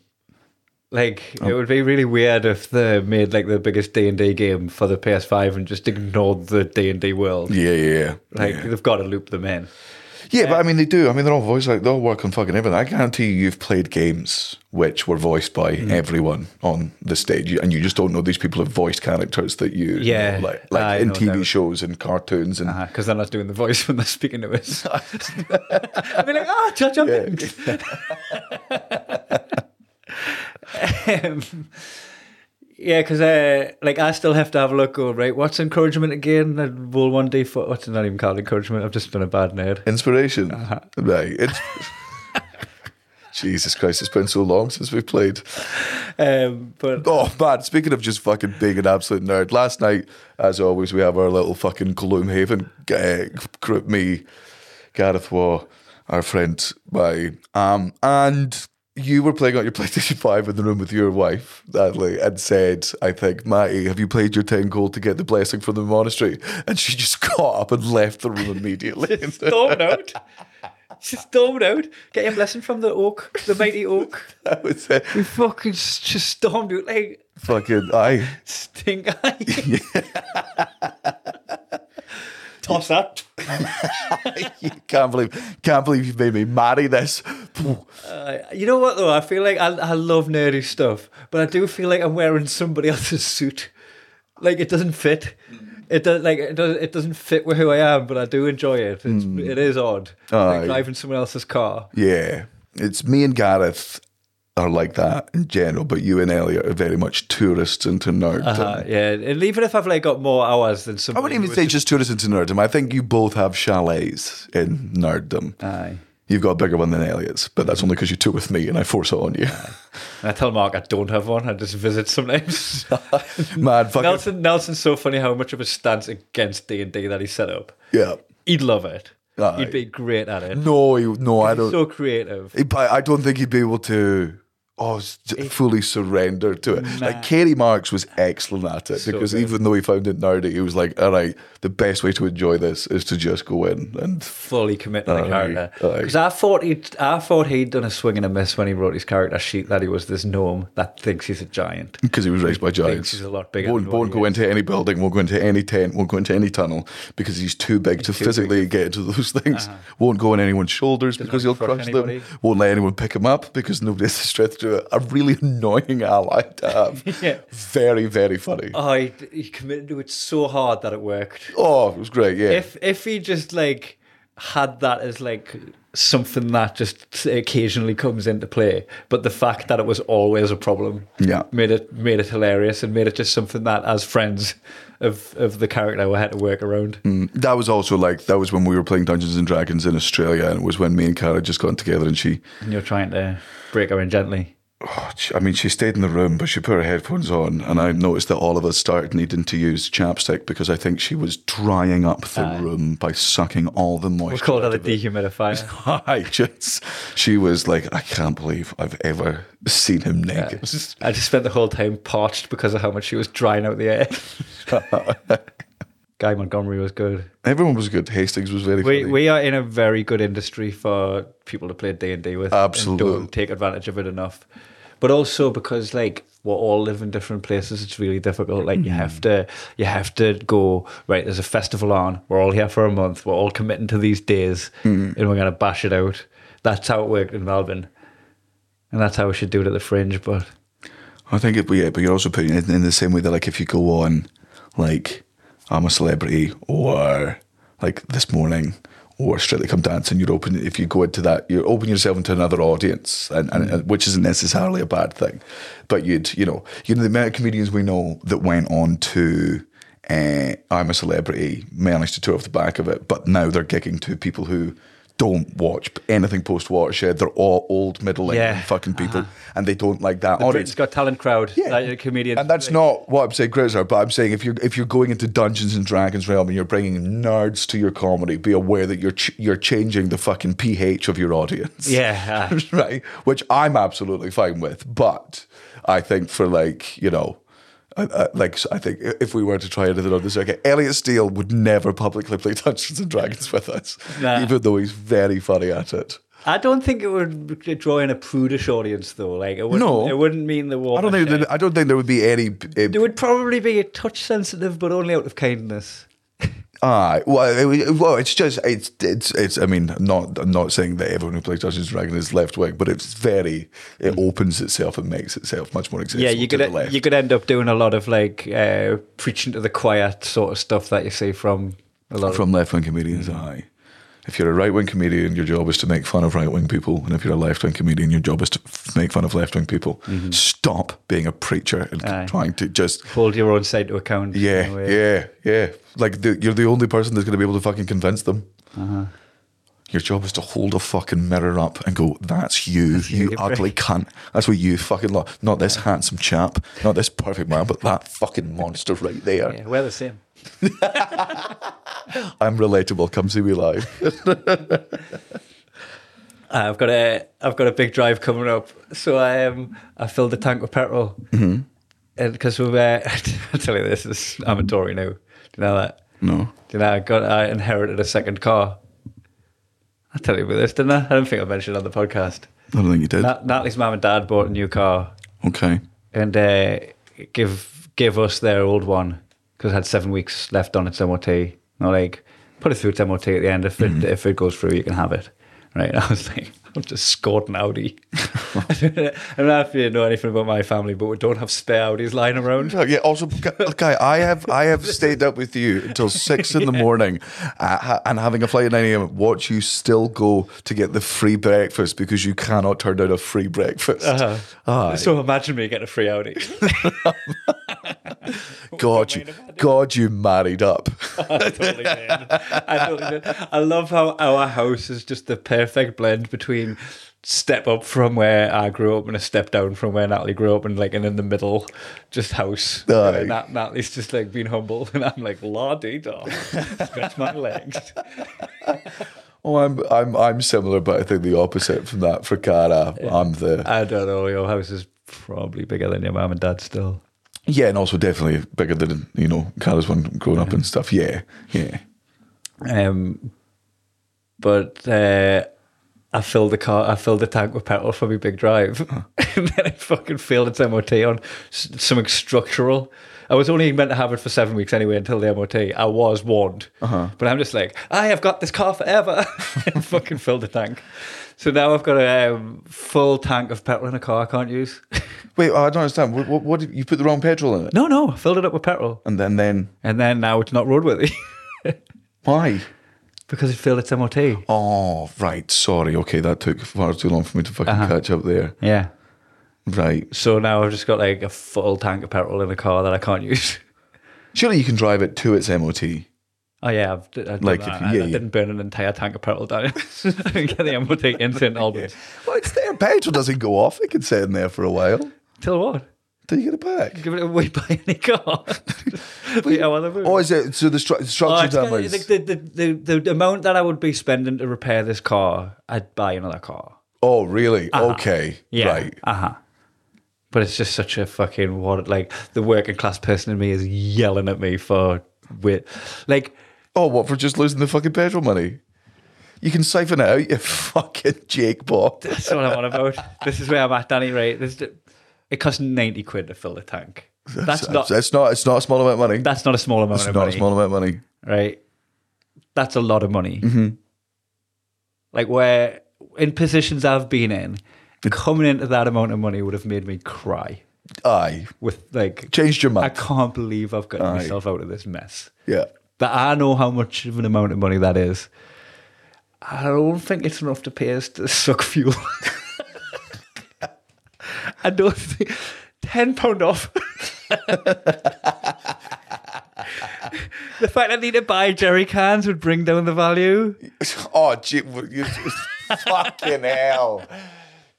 Like, it Oh. would be really weird if they made like the biggest D and D game for the PS5 and just ignored the D and D world. Yeah, yeah, yeah. Like, uh, they've got to loop them in. yeah, but I mean, they do. I mean, they're all voiced like they all work on fucking everything. I guarantee you, you've played games which were voiced by Hmm. everyone on the stage, and you just don't know these people have voiced characters that you, Yeah, like like I in know Uh-huh. TV that. shows and cartoons and Because they're not doing the voice when they're speaking to us. I'd be like, oh, Judge Humpkins. um, yeah, because uh, like I still have to have a look. Go right, what's encouragement again? I roll one d four. What's it not even called encouragement? I've just been a bad nerd. inspiration. Uh-huh. Right. It's, Jesus Christ, it's been so long since we've played. Um, but Oh man, speaking of just fucking being an absolute nerd, last night, as always, we have our little fucking Gloomhaven uh, group. Me, Gareth Waugh, our friend, my um, and you were playing on your PlayStation Five in the room with your wife, Natalie, and said, "I think, Matty, have you played your ten gold to get the blessing from the monastery?" And she just got up and left the room immediately. stormed out. She stormed out. Getting a blessing from the oak, the mighty oak. that was it. We fucking s- just stormed out like Fucking I. stink eye. Toss that. Can't believe, can't believe you've made me marry this. Uh, you know what though? I feel like I, I love nerdy stuff, but I do feel like I'm wearing somebody else's suit. Like it doesn't fit. Mm. It does like it does it doesn't fit with who I am, but I do enjoy it. It's, Mm. It is odd. Aye. like driving someone else's car. Yeah, it's me and Gareth are like that in general, but you and Elliot are very much tourists into nerddom. Uh, yeah, and even if I've like got more hours than I somebody, wouldn't who even say just tourists into nerddom. I think you both have chalets in nerddom. was- Aye. You've got a bigger one than Elliot's, but that's only because you tour with me and I force it on you. And I tell Mark I don't have one. I just visit sometimes. Mad fucking Nelson, Nelson's so funny how much of a stance against D and D that he set up. yeah. He'd love it. Aye. He'd be great at it. No, you- no, I don't. so creative. He- but I don't think he'd be able to oh, s- j- fully surrendered to it. Like Kerry Marks was excellent at it because even though he found it nerdy, he was like, all right, the best way to enjoy this is to just go in and fully commit to the Aye, character. aye. Because I thought he, I thought he'd done a swing and a miss when he wrote his character sheet that he was this gnome that thinks he's a giant. because he was raised by giants. he's a lot bigger Won't, than what won't he go is. into any building. Won't go into any tent. Won't go into any tunnel because he's too big to physically get into those things. Won't go on anyone's shoulders because he'll want Uh-huh. to crush crush anybody. them. Won't let anyone pick him up because nobody has the strength to do it. A really annoying ally to have. Yeah. Very very funny. Oh, he, he committed to it so hard that it worked. oh, it was great. Yeah. If if he just like had that as like something that just occasionally comes into play, but the fact that it was always a problem, Yeah. made it made it hilarious and made it just something that as friends of of the character we had to work around. that was also like that was when we were playing Dungeons and Dragons in Australia, and it was when me and Cara just got together, and she And you're trying to break her in gently. Oh, she- I mean, she stayed in the room, but she put her headphones on, and I noticed that all of us started needing to use chapstick because I think she was drying up the room by sucking all the We moisture. called that a dehumidifier. I just, she was like, I can't believe I've ever seen him naked. I just spent the whole time parched because of how much she was drying out the air. Guy Montgomery was good. Everyone was good. Hastings was very We funny. we are in a very good industry for people to play D and D with. and Absolutely. don't take advantage of it enough. But also because like we're all live in different places, it's really difficult. Like you have to you have to go right. There's a festival on. We're all here for a month. We're all committing to these days, Mm. and we're gonna bash it out. That's how it worked in Melbourne, and that's how we should do it at the Fringe. But I think it, yeah, but you're also putting it in the same way that like if you go on, like I'm a celebrity or like this morning or Strictly Come Dancing, you're open. If you go into that, you're opening yourself into another audience, and, and, and which isn't necessarily a bad thing. But you'd you know you know the amount of comedians we know that went on to. Uh, I'm a celebrity. Managed to tour off the back of it, but now they're gigging to people who don't watch anything post watershed. They're all old middle Yeah. England fucking people, and they don't like that audience. Britain's Got Talent crowd, Yeah. like, comedians, And that's not what I'm saying critics are, but I'm saying if you're if you're going into Dungeons and Dragons realm and you're bringing nerds to your comedy, be aware that you're ch- you're changing the fucking pH of your audience. Yeah. uh, right. Which I'm absolutely fine with, but I think for like you know. I, I, like I think if we were to try anything on the circuit, Elliot Steele would never publicly play Dungeons and Dragons with us, Nah. even though he's very funny at it. I don't think it would draw in a prudish audience though. Like it wouldn't, No. it wouldn't mean the war. I don't think there- I don't think there would be any. uh, It would probably be a touch sensitive, but only out of kindness. Aye, well, it, well, it's just it's it's it's. I mean, not I'm not saying that everyone who plays Dungeons and Dragons is left wing, but it's very it opens itself and makes itself much more accessible. Mm. yeah, you to could the left. you could end up doing a lot of like uh, preaching to the choir sort of stuff that you see from a lot from left wing Mm. comedians. Aye, if you're a right wing comedian, your job is to make fun of right wing people, and if you're a left wing comedian, your job is to f- make fun of left wing people. Stop being a preacher and Mm-hmm. Aye. trying to just of hold your own side to account. in a Yeah, way. yeah, yeah. Like the, you're the only person that's going to be able to fucking convince them. Uh-huh. Your job is to hold a fucking mirror up and go, "That's you, you, you, prick." ugly cunt. That's what you fucking love. Not this handsome chap, not this perfect man, but that fucking monster right there. yeah, we're the same. I'm relatable. Come see me live. Uh, I've got a I've got a big drive coming up, so I um I filled the tank with petrol, mm-hmm. and because we've uh, I tell you this is I'm a Tory now. Do you know that? no, Do you know I got I inherited a second car. I tell you about this, didn't I? I don't think I mentioned it on the podcast. I don't think you did. Nat- Natalie's mum and dad bought a new car Okay. and uh, give give us their old one because it had seven weeks left on its MOT. And they're like, put it through its MOT at the end. If it if it goes through, you can have it. Right? And I was like, I've just scored an Audi. I don't know if you know anything about my family, but we don't have spare Audis lying around. Yeah. Also, gu- guy, I have I have stayed up with you until six in the morning, uh, ha- and having a flight at nine a.m. Watch you still go to get the free breakfast because you cannot turn down a free breakfast. Ah, Aye. So imagine me getting a free Audi. God, you, God, you married up. I totally did. I totally did. I love how our house is just the perfect blend between step up from where I grew up and a step down from where Natalie grew up and like an in the middle just house. Aye. And Nat- Natalie's just like being humble and I'm like la dee da. Scratch my legs. Oh, I'm I'm I'm similar, but I think the opposite from that for Cara. I'm the I don't know. Your house is probably bigger than your mum and dad still. yeah, and also definitely bigger than you know Cara's one growing up and stuff. Yeah, yeah. Um, but uh, I filled the car. I filled the tank with petrol for my big drive, and then it fucking failed its MOT on s- something structural. I was only meant to have it for seven weeks anyway until the MOT. I was warned, but I'm just like, I have got this car forever. and fucking filled the tank. So now I've got a um, full tank of petrol in a car I can't use. Wait, I don't understand. What, what, what did- you put the wrong petrol in it, no, no, I filled it up with petrol, and then then and then now it's not roadworthy why? because it failed its MOT. Oh, right. Sorry. Okay, that took far too long for me to fucking catch up there. Yeah. Right. So now I've just got like a full tank of petrol in a car that I can't use. Surely you can drive it to its MOT. Oh yeah, I've, d- I've Like, done if that. you- I- yeah, I you- didn't burn an entire tank of petrol down. I didn't get the MOT in St Albans. Well, it's there. Petrol doesn't go off. It can sit in there for a while Till what? till you get it back. Give it away by any car. Beat our other boot. Oh, is it? So the stru- Oh, structure it's gonna- damage. the, the, the, the, the amount that I would be spending to repair this car, I'd buy another car. oh, really? Okay. Yeah. Right. Uh huh. But it's just such a fucking what? Like the working class person in me is yelling at me for wit. Like Oh, what for just losing the fucking petrol money? You can siphon it out, you fucking Jake Bob. That's what I'm on about. This is where I'm at, Danny. Right? This, it costs ninety quid to fill the tank. That's, not. It's not. It's not a small amount of money. That's not a small amount It's of not money, a small amount of money. right? That's a lot of money. Mm-hmm. Like where in positions I've been in, coming into that amount of money would have made me cry. Aye. With like, Changed your I mind. can't believe I've gotten Aye. myself out of this mess. Yeah. That I know how much of an amount of money that is. I don't think it's enough to pay us to suck fuel. I don't think ten pound off. the fact I need to buy jerry cans would bring down the value. Oh, gee, w- you, fucking hell.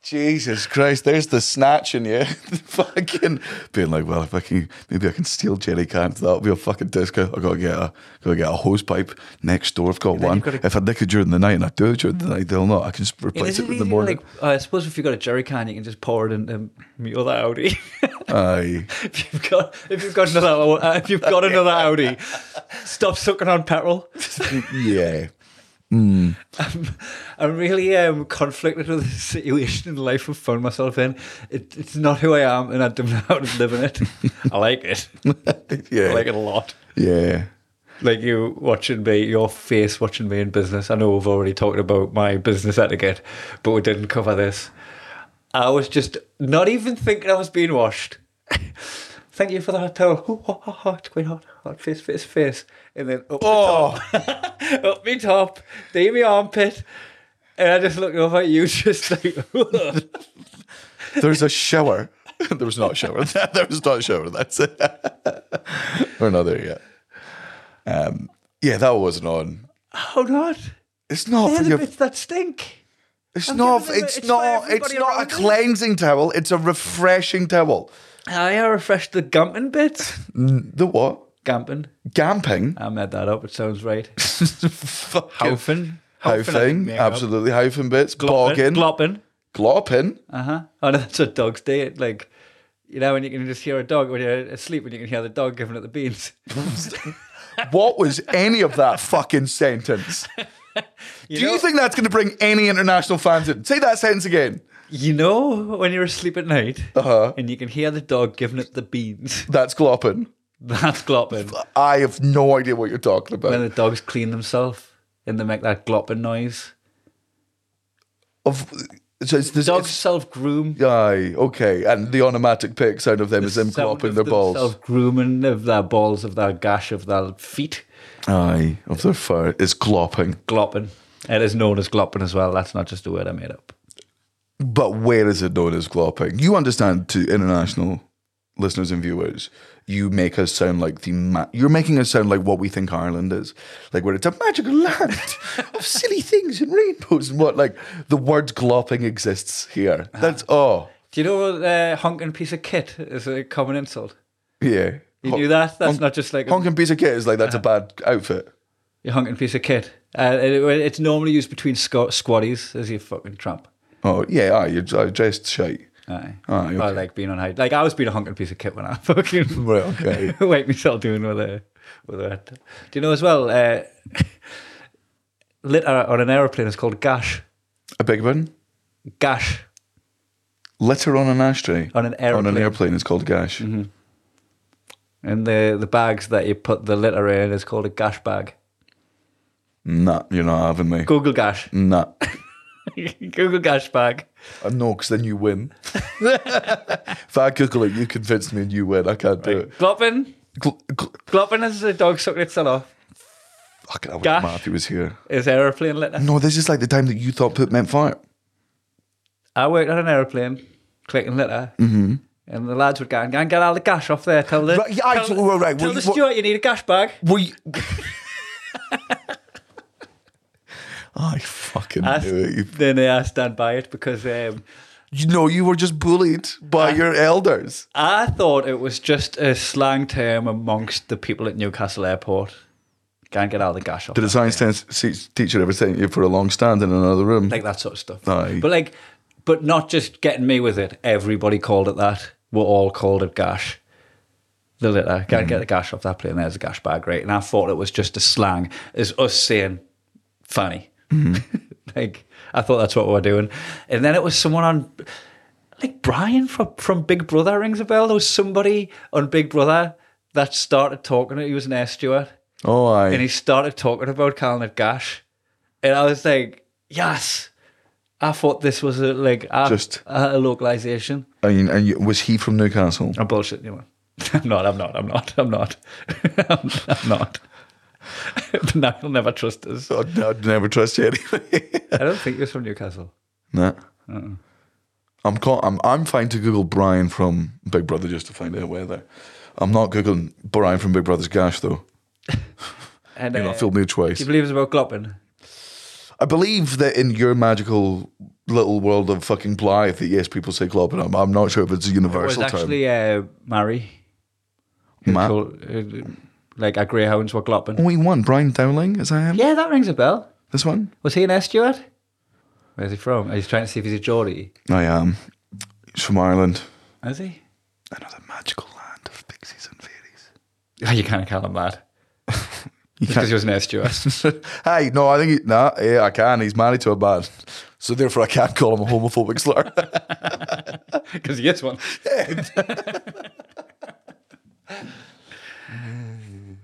Jesus Christ, there's the snatching you. fucking being like, well, if I can, maybe I can steal jerry cans. That'll be a fucking discount. I gotta get a, gotta get a hose pipe next door. I've got then one. you've gotta- If I nick it during the night and I do it during the night, they'll not. I can just It replace it isn't in the easy, morning. Like, oh, I suppose if you've got a jerry can, you can just pour it into my other Audi. Aye. if you've got if you've got another uh, if you've got another Audi, stop sucking on petrol. yeah. I'm really um, conflicted with the situation in life I've found myself in. It, it's not who I am, and I don't know how to live in it. I like it. I Yeah. like it a lot. yeah. Like you watching me, your face watching me in business. I know we've already talked about my business etiquette, but we didn't cover this. I was just not even thinking I was being washed. Thank you for that towel. Ooh, ha, ha, ha, it's quite hot. Hot face, face, face. And then up Oh, up me top, down me armpit, and I just look over at you, just like, there's a shower. there was not a shower. there was not a shower. That's it. We're not there yet. Um, yeah, that wasn't on. how not? It's not They're for the your. bits that stink. It's I'm not. giving them a- It's, it's for not. everybody It's not a around them. cleansing towel. It's a refreshing towel. I I refreshed the gumping bits. The what? Gamping. Gamping. I made that up. It sounds right. Fucking Houfing. housing. Absolutely housing bits. Bogging. Glopping. Glopping. Uh huh. Oh, no, that's what dogs do. It like, you know, when you can just hear a dog when you're asleep, and you can hear the dog giving it the beans. What was any of that fucking sentence? Do you know- think that's going to bring any international fans in? Say that sentence again. You know, when you're asleep at night, Uh-huh. and you can hear the dog giving it the beans. That's glopping. That's glopping. I have no idea what you're talking when about. the dogs clean themselves and they make that glopping noise. Of so it's this. Dogs self groom. it's- Aye, okay, and the onomatic pick sound of them is them clopping their balls. Self grooming of their balls, of their gash, of their feet. Aye, of their fur is clopping. Glopping. It is known as glopping as well. That's not just a word I made up. But where is it known as glopping? You understand to international listeners and viewers, you make us sound like the ma- you're making us sound like what we think Ireland is, like where it's a magical land of silly things and rainbows and what. Like the word glopping exists here. That's oh Do you know uh, honking piece of kit is a common insult? yeah. You knew that? That's not just like a- honking piece of kit is like that's a bad outfit. You honking piece of kit. Uh, it- it's normally used between squ- squatties as you fucking tramp. Oh yeah, aye, you're dr- dressed shite. Aye. Aye, Or okay. like being on hide. Like I was being a honking piece of kit when I fucking Right, okay. wake myself doing with a with a. Do you know as well? Uh, litter on an aeroplane is called gash. A big one. Gash. Litter on an Mm-hmm. ashtray. On an On aeroplane. an airplane is called gash. And the the bags that you put the litter in is called a gash bag. Nah, you're not having me. Google gash. Nah. Google gash bag. Uh, no, because then you win. if I Google it, you convinced me and you win. I can't do it. Glopping. Gl- gl- Glopping is a dog sucking itself off. Fucking, I wish Gash. Matthew was here. Is aeroplane litter. No, this is like the time that you thought poop meant fart. I worked on an aeroplane, clicking litter. Mm-hmm. And the lads would go and go and get all the gash off there. Tell the Right, yeah, I- tell, well, right, tell well, the what- steward you need a gash bag. Were you? I fucking I- knew it. You, Then I stand by it because um, you know, you were just bullied by your elders. I thought it was just a slang term amongst the people at Newcastle Airport. Go and get all the gash off. Did a science test teacher ever sent you for a long stand in another room? like that sort of stuff. Aye. But like, but not just getting me with it. Everybody called it that. We're all called it gash. The litter. Can't get the gash off that plane. There's a gash bag, right? And I thought it was just a slang, as us saying fanny. like I thought that's what we were doing. And then it was someone on. Like Brian from, from Big Brother rings a bell. There was somebody on Big Brother that started talking. He was an air steward oh, I. and he started talking about calling it gash, and I was like, yes. I thought this was a, like a, Just- a, localization. I mean, and you, was he from Newcastle? I'm bullshitting you, man. I'm not. I'm not. I'm not. I'm not. I'm, I'm not. but now you'll never trust us. I'd, I'd never trust you anyway. I don't think he was from Newcastle. no. Uh-uh. I'm, call, I'm I'm fine to Google Brian from Big Brother just to find out whether. I'm not Googling Brian from Big Brother's gash though. And You know, uh, I feel me do twice. you believe it's about glopping? I believe that in your magical little world of fucking Blythe, that yes, people say clobbing. I'm, I'm not sure if it's a It was universal term. actually uh, Mary. who Ma- told- uh, like our greyhounds were glopping. Only one, Brian Dowling, is that him? Yeah, that rings a bell. This one? Was he an air steward? Where's he from? He's trying to see if he's a Geordie. I am. He's from Ireland. Is he? Another magical land of pixies and fairies. Oh, you can't call him that. Because he was an air steward. hey, no, I think he, nah, yeah, I can. He's married to a man, so therefore I can't call him a homophobic slur. Because he is one.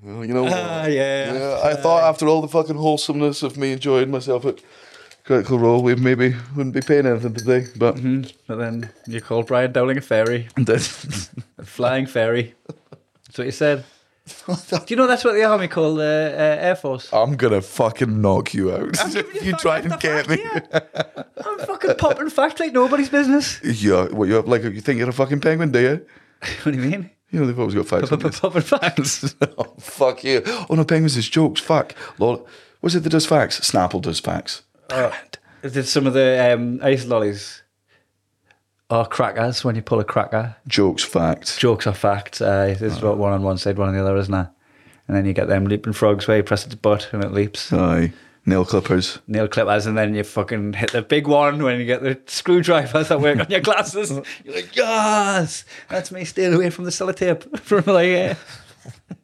you know, Ah, yeah. yeah, I thought after all the fucking wholesomeness of me enjoying myself at Critical Role, we maybe wouldn't be paying anything today, but Mm-hmm. But then you called Brian Dowling a fairy, a flying fairy. That's what you said. Do you know that's what the army call the uh, air force? I'm gonna fucking knock you out giving if you you try fucking and get the me. I'm fucking popping fact like nobody's business. Yeah, what you like? You think you're a fucking penguin, do you? What do you mean? You know they've always got facts. on this. Popping facts. oh, fuck you. Oh no, penguins is jokes. Fuck. Lol. Was it that does facts? Snapple does facts. Did Oh. some of the um, ice lollies or crackers when you pull a cracker? Jokes, facts. jokes are facts. Uh, there's about one on one side, one on the other, isn't there? And then you get them leaping frogs where you press its butt and it leaps. Aye. Nail clippers. Nail clippers, and then you fucking hit the big one when you get the screwdrivers that work on your glasses. You're like, yes, that's me staying away from the sellotape. from like, uh,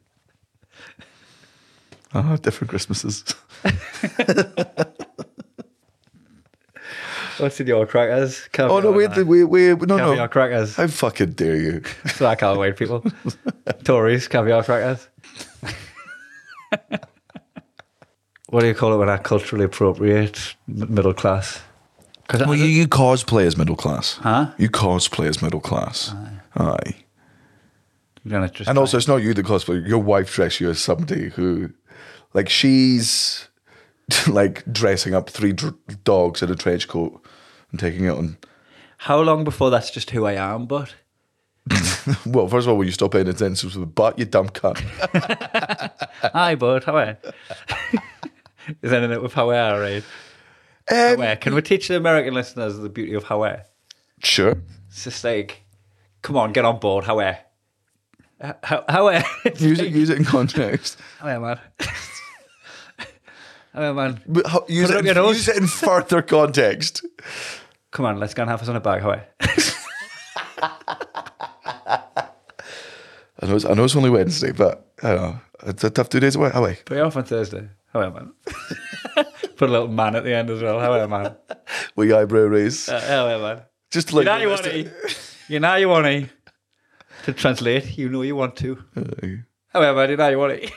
Ah, different Christmases. what's Oh, in your crackers? Caviar, Oh no, we, man. we, we, no, caviar no. crackers. How fucking dare you? So I can't wait, people. Tories, caviar crackers. what do you call it when I culturally appropriate m- middle class? Because Well, you, you cosplay as middle class. Huh? You cosplay as middle class. Aye. And also, it's not you that cosplay. Your wife dressed you as somebody who, like, she's like dressing up three dr- dogs in a trench coat and taking it on. how long before that's just who I am, but Well, first of all, when you stop paying attention to the butt, you dumb cunt. hi, bud, how are you? Is that in it with how are, right? How Um, are? Can we teach the American listeners the beauty of how are? sure. It's just like, come on, get on board, how are? How, how are? Use it, use it in context. How are, man? Oh, man. But how- Use, it it up in, your nose. use it in further context. Come on, let's go and have us on a bag. How I know, it's, I know it's only Wednesday, but I don't know. It's a tough two days away. away. Put you off on Thursday. How man? Put a little man at the end as well. How man? With your eyebrow raise. How man? Just like You know you want to. You know you want to. To translate, you know you want to. However, Oh, man? You know you want to.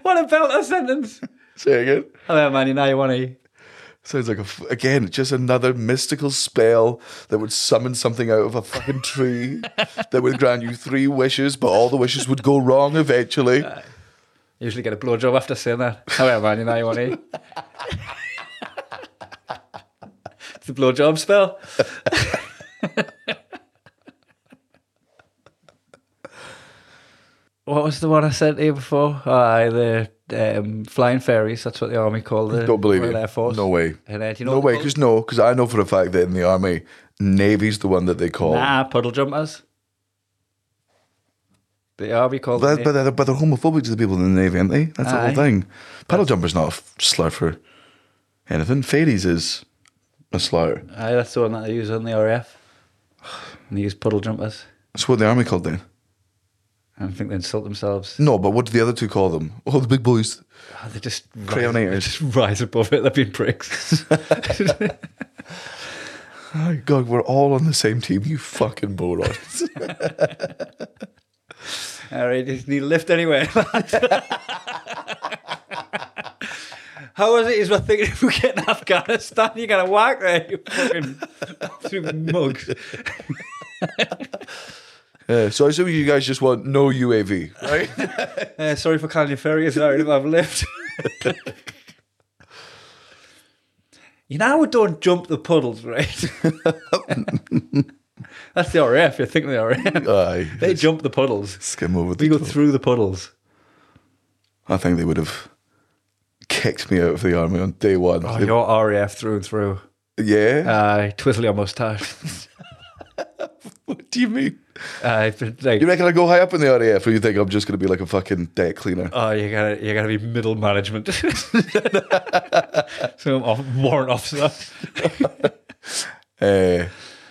what a belter sentence. Say it again. However, Oh, man? You know you want to. Sounds like a f again, just another mystical spell that would summon something out of a fucking tree that would grant you three wishes, but all the wishes would go wrong eventually. Uh, Usually get a blowjob after saying that. However, man? You know you want to. it's a blowjob spell. What was the one I sent to you before? Aye, the um, flying fairies. That's what the army called the Don't believe Royal it. Air Force. No way. And, uh, do you know No what way, they're because no, because I know for a fact that in the army, navy's the one that they call. called? nah, puddle jumpers. The army called. But, it- but, they're, but they're homophobic to the people in the navy, aren't they? That's the Aye. whole thing. Paddle jumper's not a f- slur for anything. Fairies is a slur. aye, that's the one that they use on the RAF. And they use puddle jumpers. That's what the army called them. And I think they insult themselves. No, but what do the other two call them? Oh, the big boys. Oh, they just rise, Crayonators. they just rise above it. They've been pricks. My God, we're all on the same team, you fucking morons. All right, just need a lift anyway. How was it? Is we're thinking if we get in Afghanistan, you're gonna whack there, you fucking absolute mugs. yeah, so I assume you guys just want no UAV, right? Uh, sorry for calling you furry. Is that if I've lived? you know, we don't jump the puddles, right? That's the RAF. You're thinking the RAF. Aye. They jump the puddles. Skim over the We go top. through the puddles. I think they would have kicked me out of the army on day one. Oh, They- you're RAF through and through. yeah? Uh, twizzle your mustache. what do you mean? Uh, but, like, You reckon I go high up in the RAF or you think I'm just going to be like a fucking deck cleaner? oh, you gotta, you gotta be middle management. so I'm off, warrant officer, Uh,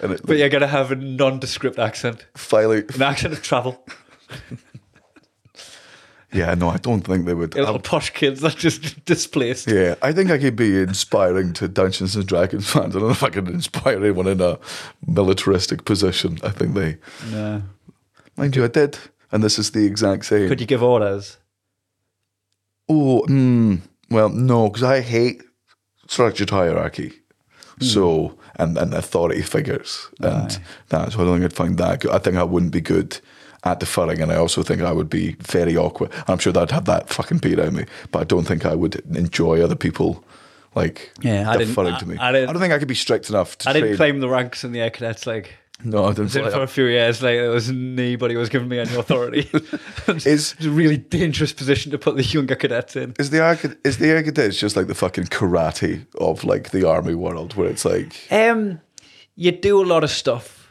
and it, but you gotta have a nondescript accent, filing. an accent of travel. Yeah, no, I don't think they would. Your little I- posh kids that just displaced. yeah, I think I could be inspiring to Dungeons and Dragons fans. I don't know if I could inspire anyone in a militaristic position. I think they, No. mind you, I did, and this is the exact same. Could you give orders? Oh, mm, well, no, because I hate structured hierarchy. Hmm. So and and authority figures and that. So I don't think I'd find that. Good. I think I wouldn't be good at deferring, and I also think I would be very awkward. I'm sure that I'd have that fucking beat out of me, but I don't think I would enjoy other people like Yeah, I didn't- deferring I- to me. I didn't- don't think I could be strict enough to. I didn't train. claim the ranks in the air cadets. Like, No, I didn't. did it for play- a few years. Like, there was nobody who was giving me any authority. Is- it's a really dangerous position to put the younger cadets in. Is the archi- is the architect just like the fucking karate of like the army world, where it's like Um, you do a lot of stuff.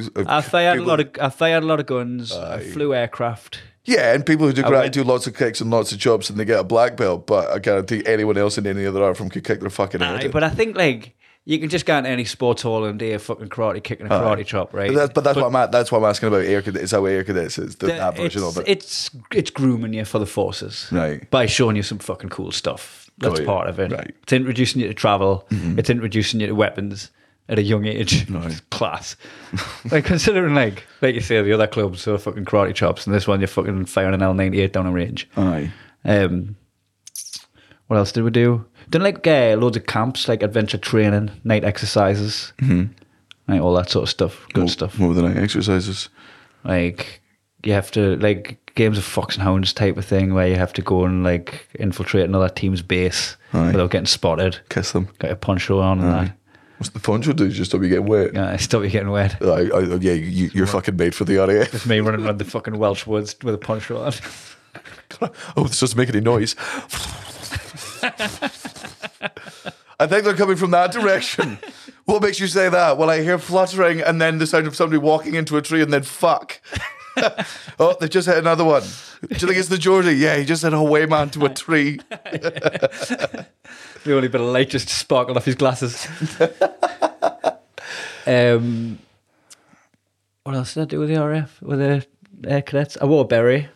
uh, I fired people- a lot of I fired a lot of guns. I flew aircraft. Yeah, and people who do karate went- do lots of kicks and lots of jobs and they get a black belt, but I guarantee anyone else in any other art form could kick their fucking head. Aye, in. but I think like you can just go into any sports hall and do a fucking karate kick and a karate chop, right? But that's, but that's what I'm at, that's what I'm asking about air cadets. It's how air cadets is the, The- that version it's, of it. it's it's grooming you for the forces, Right. By showing you some fucking cool stuff. That's Got you. part of it. Right. Mm-hmm. It's introducing you to travel. It's introducing you to weapons at a young age. It's Class. like considering like like you say the other clubs are fucking karate chops and this one you're fucking firing an L ninety eight down a range. Aye. Um, what else did we do? Done like uh, loads of camps, like adventure training, night exercises, mm-hmm. like all that sort of stuff. Good More- stuff. More than I exercises. Like you have to like games of fox and hounds type of thing where you have to go and like infiltrate another team's base Aye. without getting spotted. Kiss them. Got your poncho on and that. What's the poncho do? Just stop you getting wet? Yeah, stop you getting wet. Like, I, yeah, you, you're fucking made for the RAF. It's me running around the fucking Welsh woods with a poncho on. Oh, this doesn't make any noise. I think they're coming from that direction. What makes you say that? Well, I hear fluttering and then the sound of somebody walking into a tree and then fuck. oh, they've just hit another one. Do you think it's the Geordie? Yeah, he just hit a way man to a tree. The only bit of light just sparkled off his glasses. um, what else did I do with the RF? With the air cadets? I wore a beret.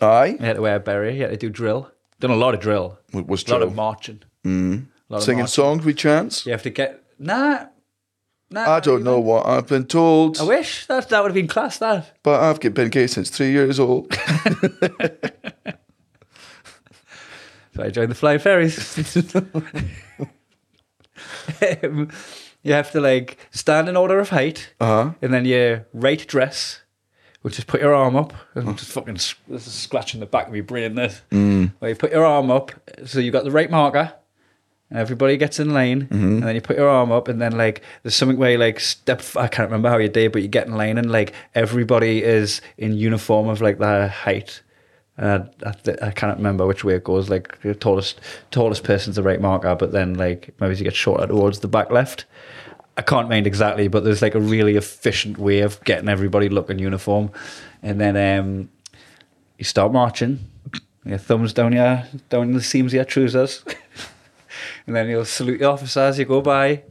Aye. I had to wear a beret. You had to do drill. Done a lot of drill. It was a lot of drill. marching. A lot of Singing marching. songs with chance. You have to get. Nah. nah I don't know what I've been told, I wish that that would have been class. That but I've get- been gay since three years old. so I joined the flying ferries. um, you have to like stand in order of height, Uh-huh. and then your right dress, which is put your arm up. I'm just fucking s- this is scratching the back of my brain. This where you put your arm up, so you got the right marker. And everybody gets in lane, and then you put your arm up, and then like there's something where you like step. f- I can't remember how you did, but you get in lane, and like everybody is in uniform of like their height. And I, I, th- I can't remember which way it goes. Like the tallest tallest person's the right marker, but then like maybe you get shorter towards the back left. I can't mind exactly, but there's like a really efficient way of getting everybody looking uniform, and then um, you start marching. Your thumbs down your down the seams of your trousers, and then you'll salute the officer as you go by.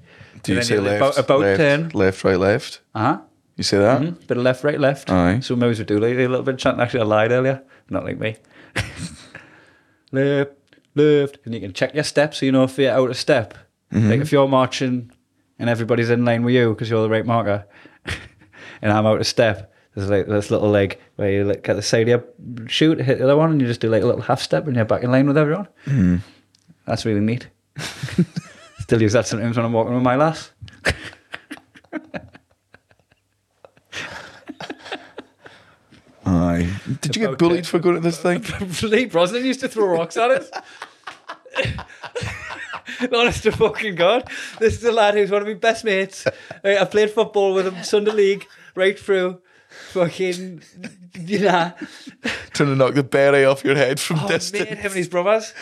Do and you then say you'll left, about, about left, turn? left, right, left? Uh huh. You say that? Mm, bit of left, right, left. Aye. So maybe we do like a little bit of chant. Actually, I lied earlier. Not like me. left, left, and you can check your step so you know if you're out of step. Like if you're marching and everybody's in line with you because you're the right marker, and I'm out of step. There's like this little leg where you like get the side of your shoot, hit the other one, and you just do like a little half step, and you're back in line with everyone. That's really neat. Still use that sometimes when I'm walking with my lass. Aye. Did you get About bullied turn. for going to this thing? Lee Brosnan used to throw rocks at us. Honest to fucking God. This is a lad who's one of my best mates. Right, I played football with him, Sunday League, right through. Fucking, you know. Trying to knock the beret off your head from Oh, distance. me and him and his brothers.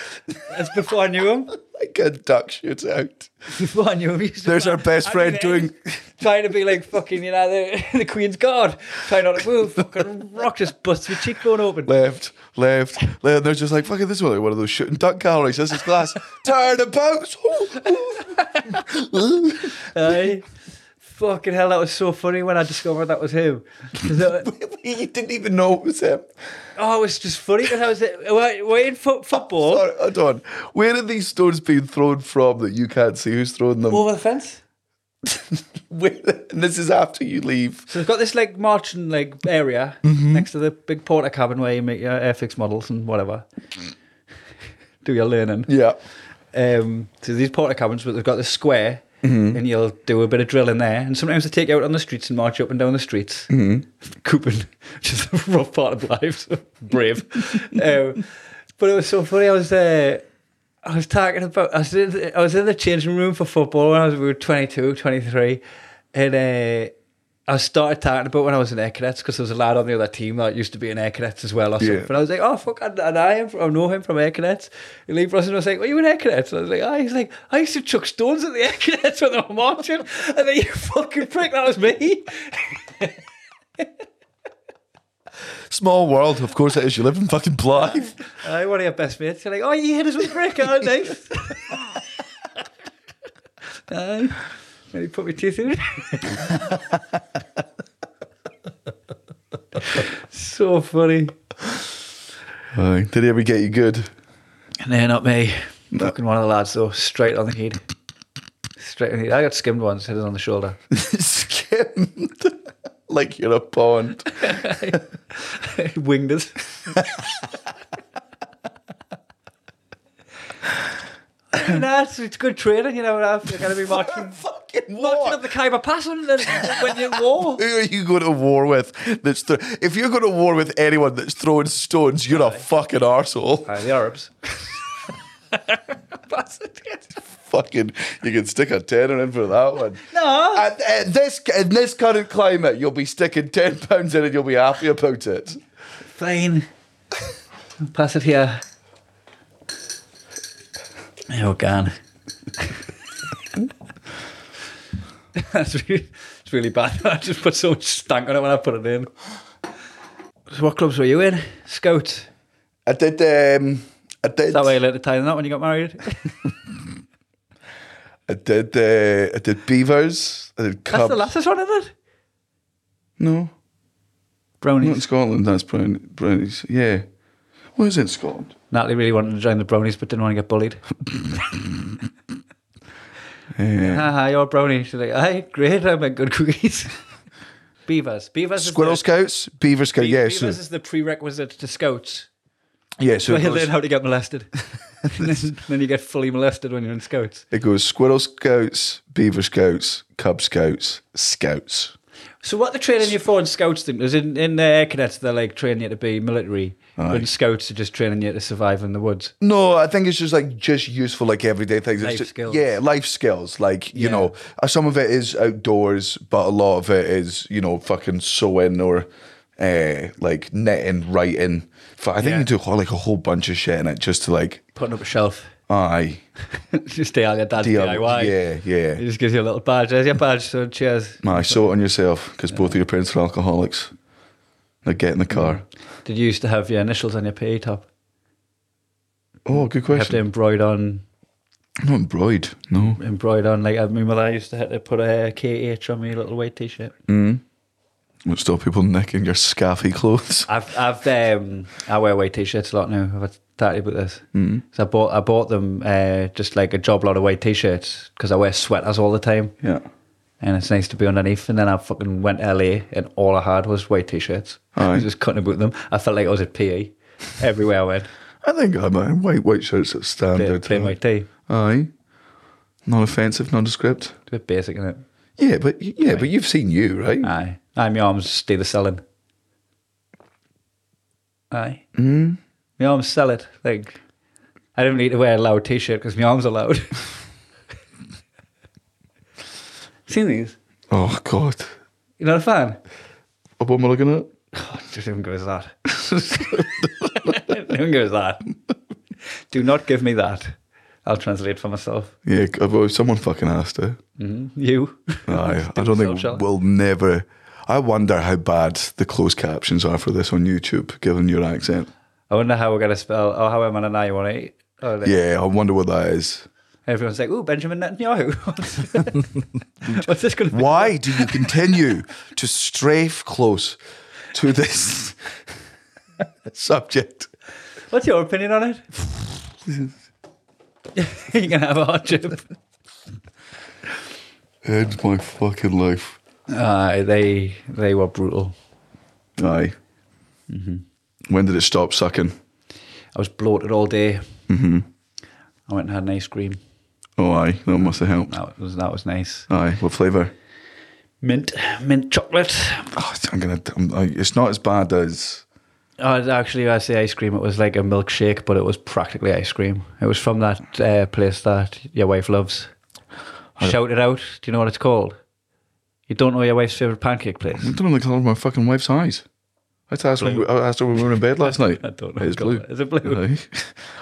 That's before I knew him. like a duck shoots out. Before I knew him. he used to There's try- our best I'd be friend there, doing- Trying to be like fucking, you know, the, the Queen's Guard. Trying not to move. Fucking rock just busts my cheekbone open. left, left, left. And they're just like, fucking this one, like one of those shooting duck galleries. This is class. Turn about. Aye. Fucking hell, that was so funny when I discovered that was him. 'Cause that- you didn't even know it was him. oh, it was just funny because I was uh, waiting for football Sorry, hold on. Where are these stones being thrown from that you can't see who's throwing them? over the fence. Where, and this is after you leave. So they've got this like marching like area next to the big porter cabin where you make your Airfix models and whatever. Do your learning. Yeah. Um, so these porter cabins, but they've got this square, and you'll do a bit of drilling there. And sometimes they take you out on the streets and march you up and down the streets, mm cooping, just a rough part of life. so Brave, um, but it was so funny. I was there. I was talking about. I was in the, I was in the changing room for football when I was we were 22, 23, and. Uh, I started talking about when I was in air cadets because there was a lad on the other team that used to be in air cadets as well or Yeah. something. And I was like, oh, fuck, and, and I, am from, I know him from air cadets. And Lee Brosnan was like, were you in air cadets? And I was like, oh, he's like, I used to chuck stones at the air cadets when they were marching. And then you fucking prick, that was me. Small world, of course it is. You live in fucking Blythe. I Uh, one of your best mates. You're like, oh, you hit us with a brick, aren't they? Aye. Maybe Uh, put my teeth in. so funny. Aye. Did he ever get you good? No, not me. Fucking one of the lads though, straight on the head. Straight on the head. I got skimmed once, hit it on the shoulder. Skimmed. like you're a pond. Winged us. I mean, that's it's good training, you know. You're going to be marching, fucking marching what? up the Khyber Pass when, when you're at war. Who are you going to war with? That's th- if you're going to war with anyone that's throwing stones, you're a fucking arsehole. Aye, the Arabs. Fucking, you can stick a tenner in for that one. No. At, at this in this current climate, you'll be sticking ten pounds in and you'll be happy about it. Fine. I'll pass it here. Oh, God. That's really, it's really bad. I just put so much stank on it when I put it in. So what clubs were you in? Scouts. I did. Um, I did. Is that why you let the tie in that when you got married? I did. Uh, I did Beavers. I did That's Cubs. the latest one, isn't it? No, not in Brownies. Scotland. That's brown, brownies. Yeah. What is it in Scotland? Natalie really wanted to join the brownies but didn't want to get bullied. Yeah. Haha, you're a brownie. She's like, aye, great, I make good cookies. Beavers. Beavers Squirrel is the, Scouts, Beaver Scouts. Yeah. Beavers So, is the prerequisite to scouts. yeah. So Where it you learn goes, how to get molested. And then, then you get fully molested when you're in scouts. it goes Squirrel Scouts, Beaver Scouts, Cub Scouts, Scouts. So what the training you for in scouts then? Because in, in uh, cadets they're like training you to be military. But in scouts are just training you to survive in the woods. No, I think it's just like just useful, like everyday things. It's Life just- skills. Yeah, life skills. Like you Yeah. know, uh, some of it is outdoors, but a lot of it is you know fucking sewing or uh, like knitting, writing. Fu- I think Yeah. you do whole- like a whole bunch of shit in it just to like, Putting up a shelf. aye, just stay out your dad's DIY. DIY. Yeah, yeah. He just gives you a little badge. There's your badge, so cheers. aye, sew it on yourself because both of your parents are alcoholics. Now get in the car. Did you used to have your initials on your PE top? Oh, good You have to question. embroider on Not embroidered. No. embroider on like I mean, well, I used to have to put a KH on my little white t-shirt. Don't stop people nicking your scaffy clothes. I've I've um I wear white t-shirts a lot now. I've talked to you about this. Mm. So I bought I bought them uh, just like a job lot of white t-shirts because I wear sweaters all the time. Yeah. And it's nice to be underneath. And then I fucking went to LA and all I had was white t-shirts. I was Aye. just cutting about them. I felt like I was at PE everywhere I went. I think I'm uh, white white shirts at Plain standard. plain white tee. Aye. Non offensive, nondescript. It's a bit basic, isn't it? Yeah, but yeah, but you've seen you, right? Aye. Aye, my arms stay the selling. Aye. Mm. My arms sell it. Like, I don't need to wear a loud t shirt because my arms are loud. Seen these? Oh God. You're not a fan? What am I looking at? God, don't even give us that. don't even give us that. Do not give me that. I'll translate for myself. Yeah, c- well, someone fucking asked her. You. Aye, I don't think self-challenge. we'll never. I wonder how bad the closed captions are for this on YouTube, given your accent. I wonder how we're going to spell, or how Emma and I want to eat. Oh, like, Yeah, I wonder what that is. Everyone's like, "Ooh, Benjamin Netanyahu." What's this going to be? Why do you continue to strafe close to this subject? What's your opinion on it? You're gonna have a hot chip. End my fucking life. Uh, they they were brutal. Aye. Mm-hmm. When did it stop sucking? I was bloated all day. Mm-hmm. I went and had an ice cream. Oh, aye, that must have helped. That was that was nice. Aye, what flavour? Mint mint chocolate. Oh, I'm gonna. I'm, I, it's not as bad as. Oh, it's actually, when I say ice cream. It was like a milkshake, but it was practically ice cream. It was from that uh, place that your wife loves. Shout it out. Do you know what it's called? You don't know your wife's favorite pancake place. I don't know the colour of my fucking wife's eyes. I had to ask her, I asked her when we were in bed last night. I don't know It's the colour. blue. Is it blue? Aye.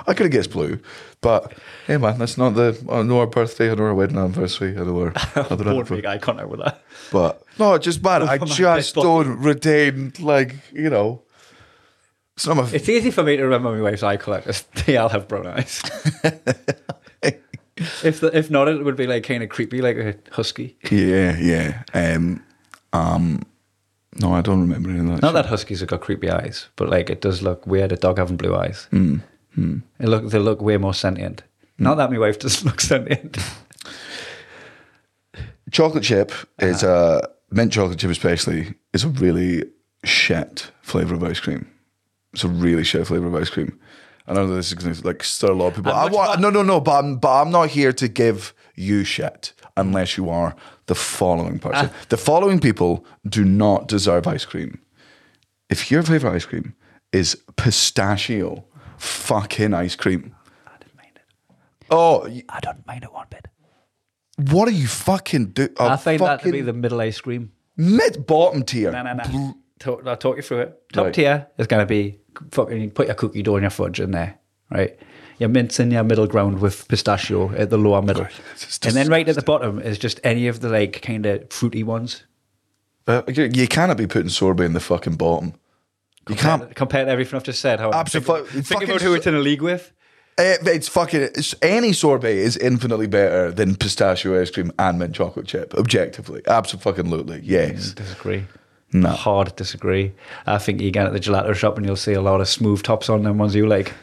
I could have guessed blue, but hey man, that's not the. I know our birthday, I know our wedding anniversary, I know our other Won't anniversary. make eye contact with that. But no, it's just man, I Oh my just best don't retain like you know. It's not my. It's easy for me to remember my wife's eye colour because they all have brown eyes. if the, if not, it would be like kind of creepy, like a husky. yeah, yeah. Um, um, no, I don't remember any of that. Not shit. that huskies have got creepy eyes, but like it does look weird. A dog having blue eyes. Mm. It look they look way more sentient. Not that my wife doesn't look sentient. chocolate chip Uh-huh. is a mint chocolate chip especially is a really shit flavor of ice cream. It's a really shit flavor of ice cream. I know this is going to like stir a lot of people. I much want, no, no, no. But I'm, but I'm not here to give you shit unless you are the following person. Ah. the following people do not deserve ice cream. If your favorite ice cream is pistachio fucking ice cream, I don't mind it. oh, y- I don't mind it one bit. what are you fucking do? I I find think that to be the middle ice cream. mid bottom tier. No, no, no. Talk, I'll talk you through it. Top Right. tier is going to be fucking you put your cookie dough and your fudge in there, right? Your mints in your middle ground with pistachio at the lower middle. That's And then right at the bottom is just any of the like kind of fruity ones. Uh, you, you cannot be putting sorbet in the fucking bottom. Compare- can't- compare to everything I've just said. How Absolute- Think, think fucking about who so- it's in a league with. Eh, it's fucking it's, any sorbet is infinitely better than pistachio ice cream and mint chocolate chip. Objectively, absolutely, yes. Disagree. No. Hard disagree. I think you get at the gelato shop and you'll see a lot of smooth tops on them ones you like.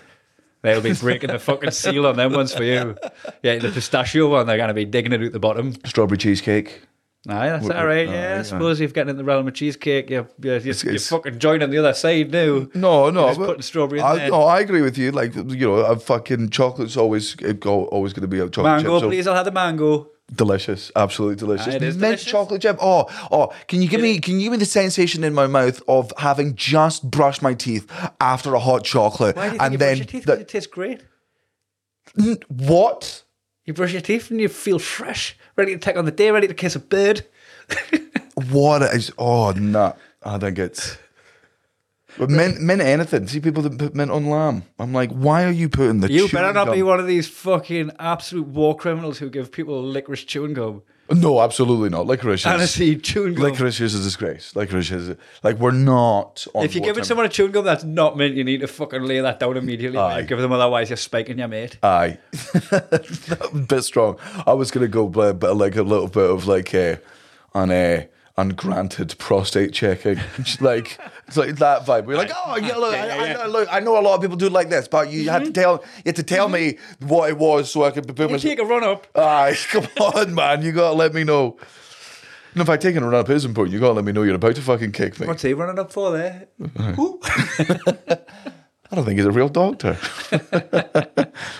They'll be breaking the fucking seal on them ones for you. Yeah, the pistachio one, they're going to be digging it at the bottom. Strawberry cheesecake. Aye, that's Would- all right. would- Yeah, aye, I aye. suppose if you're getting in the realm of cheesecake, you're, you're, you're, you're it's- Mm. fucking joining the other side now. No, no, You're just but putting strawberry in I, there. No, I agree with you. Like you know, a fucking chocolate's always it go, always going to be a chocolate mango, chip. so- please, I'll have the mango. Delicious, absolutely delicious. Aye, it is Mint delicious. chocolate chip. Oh, oh! Can you give me? Can you give me the sensation in my mouth of having just brushed my teeth after a hot chocolate, Why do you think and you then brush your teeth? 'Cause the- it tastes great. N- what? You brush your teeth and you feel fresh, ready to take on the day, ready to kiss a bird. What is? Oh, nah. I think it's. But mint, mint anything. See people that put mint on lamb. I'm like, why are you putting the? You chewing better not gum? be one of these fucking absolute war criminals who give people licorice chewing gum. No, absolutely not. Licorice. is- Honestly, chewing gum. Licorice is a disgrace. Licorice is like we're not. On if you're war giving time. someone a chewing gum that's not mint, you need to fucking lay that down immediately. Aye. Uh, mate. Give them otherwise you're spiking your mate. aye, bit strong. I was gonna go, but, but like a little bit of like uh, an uh, ungranted prostate checking, It's like it's like that vibe. We're like, oh yeah, Mm-hmm. look, I, I, know- look, I know a lot of people do like this, but you had to tell you had to tell me what it was so I could prepare You myself. take a run up. Aye, come on, man. You gotta let me know. And if I take it run up is important, you gotta let me know you're about to fucking kick me. What's he running up for there? Ooh. I don't think he's a real doctor.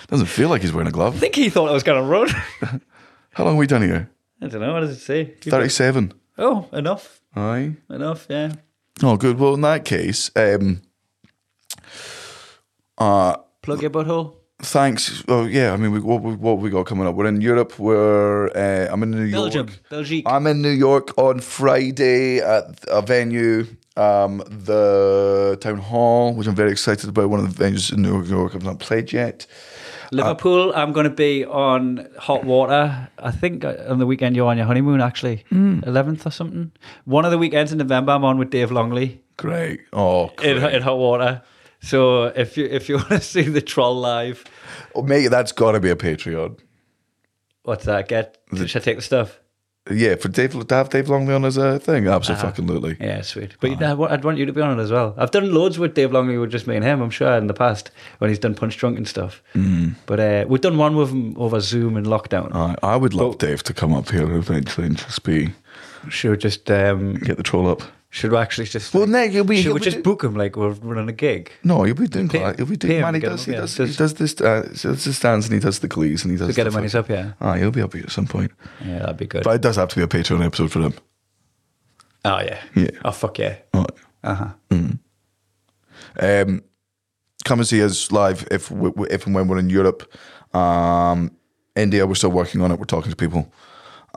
Doesn't feel like he's wearing a I glove. think he thought I was going to run. How long have we done here? I don't know. What does it say? You- 37. Oh, enough. Aye. Enough, yeah. Oh, good. Well, in that case, um, uh, Plug your butthole. thanks. Oh, yeah. I mean, we, what, we- what we got coming up? We're in Europe. We're, uh, I'm in New Belgium. York. Belgique. I'm in New York on Friday at a venue, um, the Town Hall, which I'm very excited about. One of the venues in New York I've not played yet. Liverpool, I'm going to be on hot water. I think uh, on the weekend you're on your honeymoon, actually. 11th or something. One of the weekends in November, I'm on with Dave Longley Great. Oh, in, great. in hot water. So if you if you want to see the troll live, Oh, mate, that's got to be a Patreon. what's that get? Should I take the stuff? Yeah, for Dave to have Dave Longley on as a thing, absolutely. Yeah, sweet. But I'd, wa- I'd want you to be on it as well. I've done loads with Dave Longley with just me and him, I'm sure, in the past when he's done Punch Drunk and stuff. Mm. But uh, we've done one with him over Zoom in lockdown. I, I would love Dave to come up here eventually and just be Should we just um, get the troll up. should we actually just Oh. Well, like, Nick, you'll be- should you'll we be just do- book him like we're running a gig? No, he'll be doing. Pay- cla- he'll be pay doing. him Man, and he get does. him He up, does. yeah. He does this. Uh, he does the stands and he does the glees and he does. To get the him when he's fuck- up, yeah. Ah, he'll be up here at some point. Yeah, that'd be good. But it does have to be a Patreon episode for him. oh yeah. Yeah. Oh fuck yeah. All Uh huh. right. Mm. Um, come and see us live if we, we- if and when we're in Europe. Um, India, we're still working on it. We're talking to people.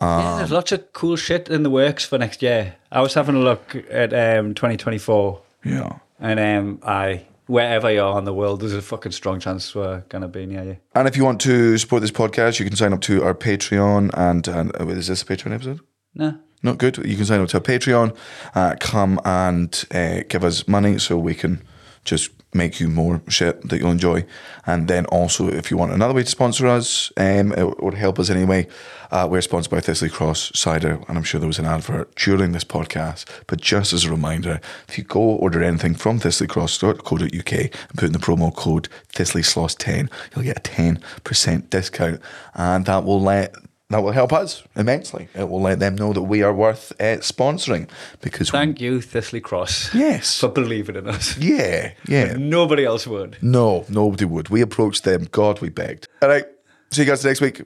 Um, yeah, there's lots of cool shit in the works for next year. I was having a look at um, 2024, Yeah. and um, I wherever you are in the world, there's a fucking strong chance we're gonna be near you. And if you want to support this podcast, you can sign up to our Patreon. And, and uh, is this a Patreon episode? Nah. Not good. You can sign up to our Patreon. Uh, come and uh, give us money so we can just make you more shit that you'll enjoy. And then also, if you want another way to sponsor us um, or or help us anyway, uh, we're sponsored by Thistly Cross Cider. And I'm sure there was an advert during this podcast. But just as a reminder, if you go order anything from thistlycross.co.uk and put in the promo code thistlysloss10, you'll get a 10% discount. And that will let that will help us immensely. It will let them know that we are worth uh, sponsoring because Thank you, Thistley Cross. Yes. For believing in us. yeah, yeah. Nobody else would. No, nobody would. We approached them. God, we begged. All right. See you guys next week.